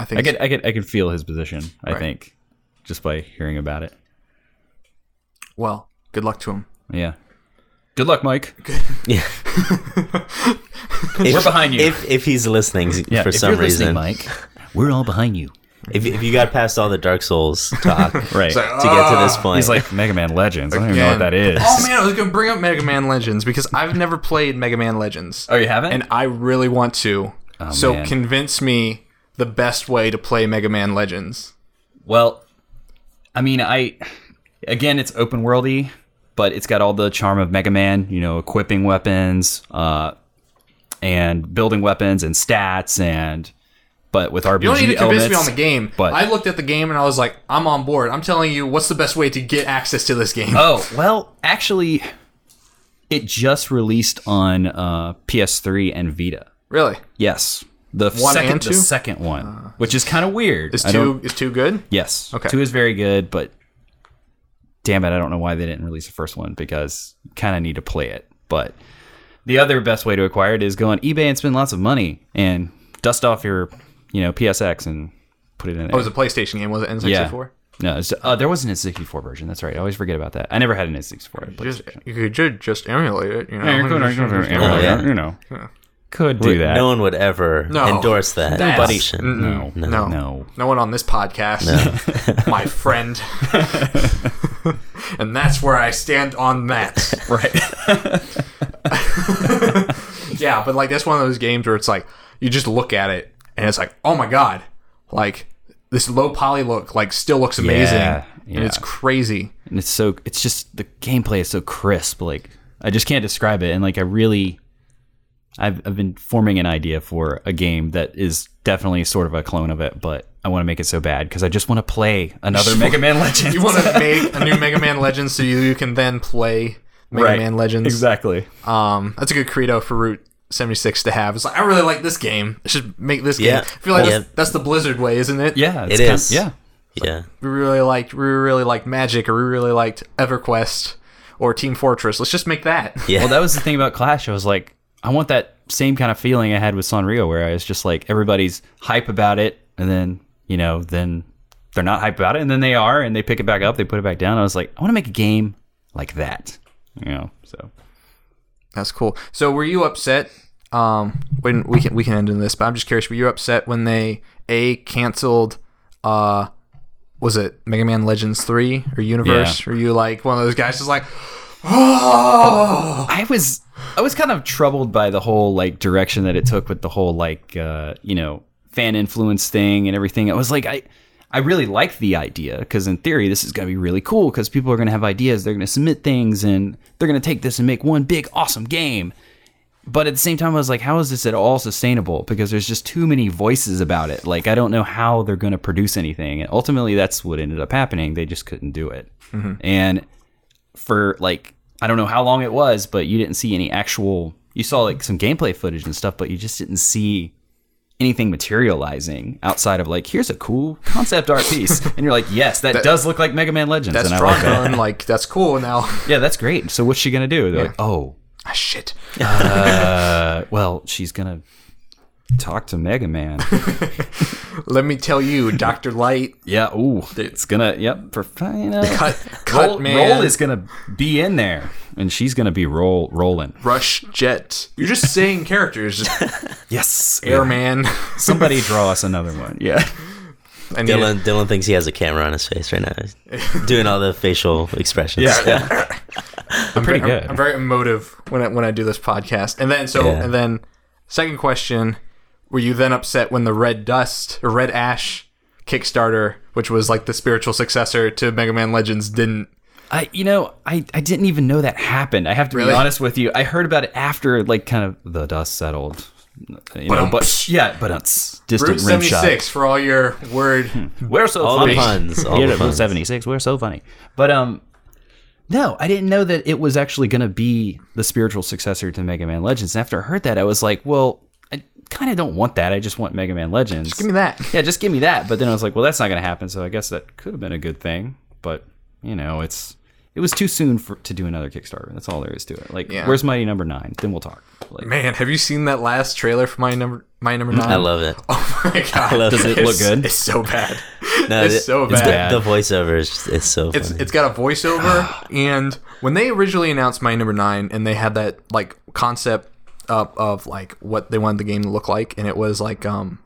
Speaker 1: I think
Speaker 3: I could I could I could feel his position. I
Speaker 1: Right.
Speaker 3: think just by hearing about it.
Speaker 1: well good luck to him.
Speaker 3: Yeah. Good luck, Mike.
Speaker 2: If-
Speaker 3: We're behind you.
Speaker 2: If if he's listening
Speaker 3: Yeah,
Speaker 2: for
Speaker 3: if
Speaker 2: some
Speaker 3: you're listening,
Speaker 2: reason,
Speaker 3: Mike, we're all behind you.
Speaker 2: if if you got past all the
Speaker 3: *laughs*
Speaker 2: Dark Souls talk to
Speaker 3: Right.
Speaker 1: So-
Speaker 2: get to this point,
Speaker 3: He's like Mega Man Legends. I don't even know
Speaker 1: Again.
Speaker 3: what that is.
Speaker 1: Oh man, I was gonna bring up Mega Man Legends because I've never played Mega Man Legends.
Speaker 3: Oh, you haven't?
Speaker 1: and I really want to. so
Speaker 3: man.
Speaker 1: convince me the best way to play Mega Man Legends.
Speaker 3: Well, I mean, I again, it's open worldy, but it's got all the charm of Mega Man. You know, equipping weapons, uh, and building weapons and stats, and but with RPG
Speaker 1: You don't need to convince
Speaker 3: elements.
Speaker 1: me on the game.
Speaker 3: but-
Speaker 1: I looked at the game and I was like, I'm on board. I'm telling you, what's the best way to get access to this game?
Speaker 3: Oh well, actually, it just released on uh, PS3 and Vita.
Speaker 1: really?
Speaker 3: Yes, the
Speaker 1: One
Speaker 3: second
Speaker 1: and two? Uh,
Speaker 3: the second one, which is kind of weird.
Speaker 1: Is
Speaker 3: I don't-
Speaker 1: two is two good?
Speaker 3: Yes.
Speaker 1: Okay.
Speaker 3: Two is very good, but damn it, I don't know why they didn't release the first one because you kind of need to play it. But the other best way to acquire it is go on eBay and spend lots of money and dust off your, you know, PSX and put it in there.
Speaker 1: Oh, it was a PlayStation game, was it N64?
Speaker 3: no, it's, uh, there was an N64 version. That's right. I always forget about that. I never had E an N64. in
Speaker 1: Just,
Speaker 3: PlayStation.
Speaker 1: you could ju- just emulate it, you know.
Speaker 3: Yeah, you could- you could-
Speaker 2: yeah.
Speaker 3: You know, Oh, could do that.
Speaker 2: no one would ever
Speaker 1: No.
Speaker 2: endorse that.
Speaker 1: Nobody.
Speaker 2: option.
Speaker 3: no,
Speaker 1: no.
Speaker 3: no.
Speaker 1: No one on this podcast, *laughs* my friend. and that's where I stand on that.
Speaker 3: *laughs* Right.
Speaker 1: *laughs* Yeah, but like that's one of those games where it's like you just look at it and it's like, oh my god, like this low poly look like still looks amazing,
Speaker 3: Yeah,
Speaker 1: and it's
Speaker 3: Yeah.
Speaker 1: crazy.
Speaker 3: and it's so it's just the gameplay is so crisp like i just can't describe it and like i really i've, I've been forming an idea for a game that is definitely sort of a clone of it but i want to make it so bad because i just want to play another mega man legend
Speaker 1: You want
Speaker 3: *laughs*
Speaker 1: to make a new Mega Man Legends so you, you can then play *laughs* Mega Man Legends.
Speaker 3: exactly
Speaker 1: Um, that's a good credo for Route 76 to have. It's like, I really like this game. I should make this
Speaker 2: Yeah.
Speaker 1: game. I feel like that's,
Speaker 2: Yeah.
Speaker 1: that's the Blizzard way, isn't it?
Speaker 3: yeah it's
Speaker 2: It
Speaker 3: kind-
Speaker 2: is.
Speaker 3: yeah
Speaker 2: Yeah.
Speaker 1: We really liked, we really liked Magic or we really liked EverQuest or Team Fortress. Let's just make that.
Speaker 2: Yeah.
Speaker 3: well that was the thing about clash i was like i want that same kind of feeling i had with sanrio where i was just like everybody's hype about it and then you know then they're not hype about it and then they are and they pick it back up they put it back down i was like i want to make a game like that you know so
Speaker 1: *laughs* That's cool. So were you upset? Um, when we can we can end in this, but I'm just curious. Were you upset when they a canceled? Uh, was it Mega Man Legends three or Universe? Were you like one of those guys? Just like, oh,
Speaker 3: I was I was kind of troubled by the whole like direction that it took with the whole like uh, you know fan influence thing and everything. I was like I I really liked the idea because in theory this is going to be really cool because people are going to have ideas, they're going to submit things, and they're going to take this and make one big awesome game. But at the same time, I was like, how is this at all sustainable? Because there's just too many voices about it. Like I don't know how they're going to produce anything. And ultimately, that's what ended up happening. They just couldn't do it. And for like I don't know how long it was, but you didn't see any actual. You saw like some gameplay footage and stuff, but you just didn't see anything materializing outside of like here's a cool concept art piece, and you're like, yes, that, does look like Mega Man Legends.
Speaker 1: that's
Speaker 3: and I
Speaker 1: drawn
Speaker 3: like that.
Speaker 1: gun. Like that's cool now. *laughs*
Speaker 3: Yeah, that's great. So what's she gonna do? They're like, oh,
Speaker 1: ah, shit.
Speaker 3: uh, well, she's gonna talk to
Speaker 1: *laughs*
Speaker 3: Mega Man.
Speaker 1: Let me tell *laughs* you, Doctor Light.
Speaker 3: yeah. Ooh, it's gonna. Yep. For you know,
Speaker 1: Cut, cut,
Speaker 3: roll,
Speaker 1: man.
Speaker 3: roll is gonna be in there, and she's gonna be roll rolling.
Speaker 1: Rush Jet. You're just saying characters. *laughs* Just
Speaker 3: Yes.
Speaker 1: *laughs* Airman.
Speaker 3: Somebody draw us another one. Yeah.
Speaker 1: And you-
Speaker 2: Dylan Dylan thinks he has a camera on his face right now. He's doing all the
Speaker 3: *laughs*
Speaker 2: facial expressions.
Speaker 1: I'm very,
Speaker 3: pretty
Speaker 1: I'm-
Speaker 3: good.
Speaker 1: I'm, very emotive when I when I do this podcast. And then so
Speaker 2: Yeah.
Speaker 1: and then second question, were you then upset when the Red Dust or Red Ash Kickstarter, which was like the spiritual successor to Mega Man Legends, didn't
Speaker 3: *laughs* I, you know, I, I didn't even know that happened. I have to
Speaker 1: Really?
Speaker 3: be honest with you. I heard about it after, like, kind of the dust settled. You know,
Speaker 1: Ba-dum.
Speaker 3: but yeah, but it's
Speaker 1: Route
Speaker 3: distant rim
Speaker 1: seventy
Speaker 3: shot.
Speaker 1: six for all your word
Speaker 3: We're so
Speaker 2: All
Speaker 3: funny.
Speaker 2: the puns. All
Speaker 3: Here
Speaker 2: the
Speaker 3: at Route
Speaker 2: puns.
Speaker 3: 76, we're so funny. But um, no, I didn't know that it was actually going to be the spiritual successor to Mega Man Legends. And after I heard that, I was like, well, I kind of don't want that. I just want Mega Man Legends.
Speaker 1: give me that.
Speaker 3: yeah, just give me that. But then I was like, well, that's not going to happen. So I guess that could have been a good thing. But you know, it's it was too soon for to do another Kickstarter. That's all there is to it. Like,
Speaker 1: Yeah.
Speaker 3: where's Mighty Number Nine? Then we'll talk. Like,
Speaker 1: Man, have you seen that last trailer for my number my number nine?
Speaker 2: I love *laughs* it.
Speaker 1: Oh my god.
Speaker 2: love Does it.
Speaker 3: it
Speaker 1: It's-
Speaker 3: look good?
Speaker 1: It's so
Speaker 3: *laughs*
Speaker 1: bad.
Speaker 2: No,
Speaker 1: it's
Speaker 2: it-
Speaker 1: so
Speaker 2: it's
Speaker 1: bad.
Speaker 2: The, the voiceover is just, it's so
Speaker 1: It's
Speaker 2: funny.
Speaker 1: it's got a
Speaker 3: *sighs*
Speaker 1: voiceover, and when they originally announced my number nine, and they had that like concept up of like what they wanted the game to look like, and it was like um,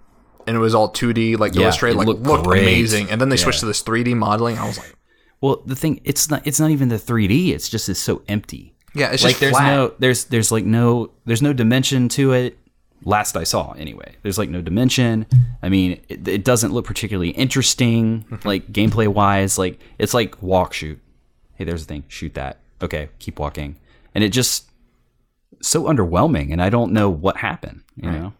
Speaker 1: and it was all two D like
Speaker 3: Yeah,
Speaker 1: illustrated,
Speaker 3: it
Speaker 1: like
Speaker 3: looked
Speaker 1: looked
Speaker 3: great.
Speaker 1: amazing, and then they switched to this three D modeling. I was like,
Speaker 3: well, the thing it's not it's not even the 3D. It's just it's so empty.
Speaker 1: yeah, it's
Speaker 3: like
Speaker 1: just
Speaker 3: there's
Speaker 1: flat.
Speaker 3: no there's there's like no there's no dimension to it last i saw anyway there's like no dimension i mean it, it doesn't look particularly
Speaker 1: *laughs*
Speaker 3: interesting like gameplay wise like it's like walk shoot hey there's a thing shoot that okay keep walking and it just so underwhelming and i don't know what happened you know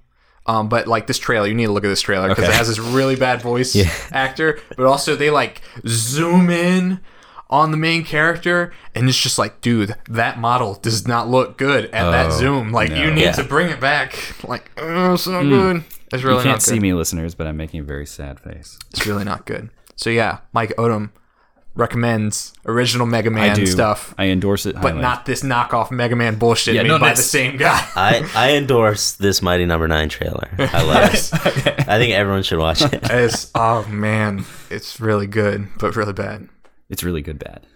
Speaker 1: Um, but like this trailer, you need to look at this trailer because
Speaker 3: Okay.
Speaker 1: it has this really bad
Speaker 3: *laughs*
Speaker 1: voice actor, but also they like zoom in on the main character, and it's just like, dude, that model does not look good at that
Speaker 3: Oh,
Speaker 1: zoom. Like, you need
Speaker 2: Yeah.
Speaker 1: to bring it back. *laughs* Like, oh, it's not good. It's really
Speaker 3: Hmm. you can't
Speaker 1: not
Speaker 3: see
Speaker 1: good.
Speaker 3: me listeners but i'm making a very sad face
Speaker 1: It's really not good. So yeah, Mike Odom recommends original Mega Man
Speaker 3: i do
Speaker 1: stuff,
Speaker 3: i endorse it
Speaker 1: but not this knockoff Mega Man bullshit
Speaker 3: Yeah,
Speaker 1: made
Speaker 3: no,
Speaker 1: by the
Speaker 3: that's-
Speaker 1: same
Speaker 3: *laughs*
Speaker 1: guy.
Speaker 2: I, I endorse this Mighty Number
Speaker 1: *laughs*
Speaker 2: Nine trailer. I love it. I think everyone should watch it.
Speaker 1: it's oh man, it's really good, but really bad.
Speaker 3: it's really good bad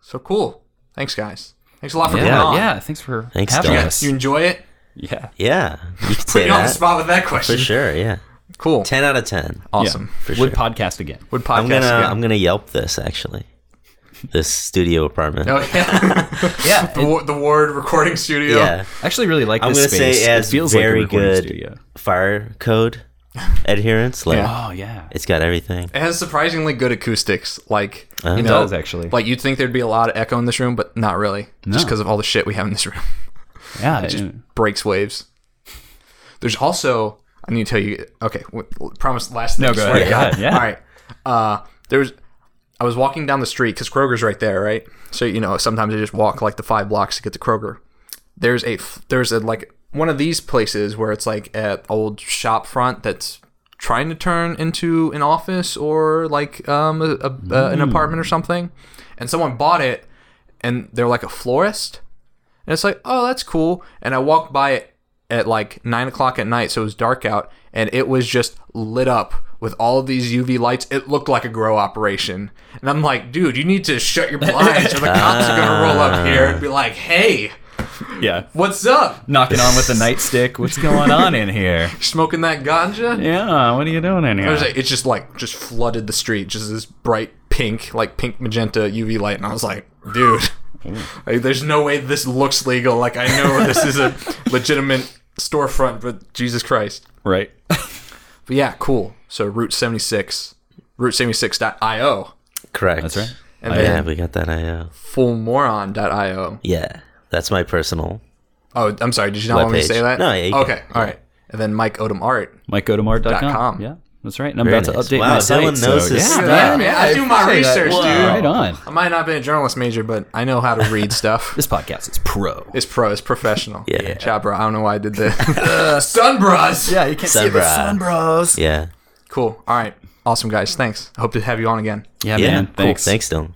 Speaker 1: So cool. Thanks, guys. Thanks a lot for coming
Speaker 3: yeah
Speaker 1: on.
Speaker 3: yeah thanks for
Speaker 2: Thanks,
Speaker 3: having
Speaker 2: Doug.
Speaker 3: us
Speaker 1: You enjoy it?
Speaker 3: yeah
Speaker 2: *laughs* Yeah, you could say
Speaker 1: You're on the
Speaker 2: that
Speaker 1: spot with that
Speaker 2: for
Speaker 1: question.
Speaker 2: sure. Yeah,
Speaker 1: Cool.
Speaker 2: ten out of ten.
Speaker 1: Awesome.
Speaker 3: yeah. would podcast again
Speaker 1: Would podcast
Speaker 2: I'm gonna
Speaker 1: again.
Speaker 2: I'm gonna Yelp this actually. This studio apartment.
Speaker 1: Oh, yeah.
Speaker 3: yeah
Speaker 1: the, wa- the Ward recording studio.
Speaker 2: yeah,
Speaker 3: I actually really like
Speaker 2: I'm
Speaker 3: this
Speaker 2: gonna
Speaker 3: space.
Speaker 2: say it has
Speaker 3: feels
Speaker 2: very
Speaker 3: like a recording
Speaker 2: good
Speaker 3: studio.
Speaker 1: *laughs*
Speaker 2: fire code. adherence. Like
Speaker 1: Yeah.
Speaker 3: Oh yeah.
Speaker 2: it's got everything.
Speaker 1: It has surprisingly good acoustics. Like you know,
Speaker 3: does, actually.
Speaker 1: Like you'd think there'd be a lot of echo in this room, but not really, just because of all the shit we have in this room.
Speaker 3: Yeah.
Speaker 1: Breaks waves. There's also I need to tell you. Okay, w- promise. Last thing.
Speaker 3: No, go
Speaker 1: swear to
Speaker 3: ahead, go ahead, yeah.
Speaker 1: All right. Uh, there was. I was walking down the street because Kroger's right there, right? So you know sometimes I just walk like the five blocks to get to Kroger. There's a f- there's a like one of these places where it's like a old shop front that's trying to turn into an office or like um a, a, uh,
Speaker 3: Hmm.
Speaker 1: an apartment or something, and someone bought it, and they're like a florist. And it's like, oh, that's cool. And I walked by it at like nine o'clock at night, so it was dark out, and it was just lit up with all of these UV lights. It looked like a grow operation. And I'm like, dude, you need to shut your blinds or the cops are gonna roll up here and be like, hey,
Speaker 3: Yeah.
Speaker 1: what's up?
Speaker 3: Knocking on with a nightstick. What's going on in here?
Speaker 1: Smoking that ganja?
Speaker 3: *laughs* Yeah. What are you doing in
Speaker 1: I
Speaker 3: here?
Speaker 1: was like, it just like just flooded the street, just this bright pink, like pink magenta UV light, and I was like, dude, like, there's no way this looks legal. Like I know this is a legitimate storefront, but Jesus Christ.
Speaker 3: right.
Speaker 1: But yeah, cool. So Route 76, Route76.io,
Speaker 2: Correct.
Speaker 3: That's right.
Speaker 1: and
Speaker 2: Oh, Yeah,
Speaker 1: then
Speaker 2: we got that IO.
Speaker 1: fullmoron.io.
Speaker 2: Yeah, that's my personal.
Speaker 1: Oh, I'm sorry. Did you not want me to
Speaker 2: Webpage.
Speaker 1: say that?
Speaker 2: No, yeah, you
Speaker 1: okay.
Speaker 2: can.
Speaker 1: All right. And then Mike Odom Art.
Speaker 3: MikeGodomart.com.
Speaker 1: com.
Speaker 3: Yeah. That's right. And I'm
Speaker 2: Very
Speaker 3: about
Speaker 2: nice.
Speaker 3: to update
Speaker 2: Wow,
Speaker 3: my
Speaker 2: Dylan
Speaker 3: site. so,
Speaker 2: knows his
Speaker 3: yeah,
Speaker 2: stuff.
Speaker 3: man.
Speaker 1: Yeah, I do my
Speaker 2: appreciate that.
Speaker 1: research,
Speaker 2: Wow.
Speaker 1: dude.
Speaker 3: Right on.
Speaker 1: I might not have been a journalist major, but I know how to
Speaker 2: *laughs*
Speaker 1: read stuff.
Speaker 3: This podcast is pro.
Speaker 1: It's pro. It's professional.
Speaker 2: Yeah.
Speaker 1: Job, bro. I don't know why I did that. *laughs* Sun bros.
Speaker 3: Yeah, you can't see the
Speaker 2: Sunbros.
Speaker 3: sun, bros.
Speaker 2: Yeah.
Speaker 1: Cool. All right. Awesome, guys. Thanks. I hope to have you on again.
Speaker 3: Yeah,
Speaker 2: Yeah.
Speaker 3: man.
Speaker 2: cool.
Speaker 3: Thanks.
Speaker 2: Thanks, Dylan.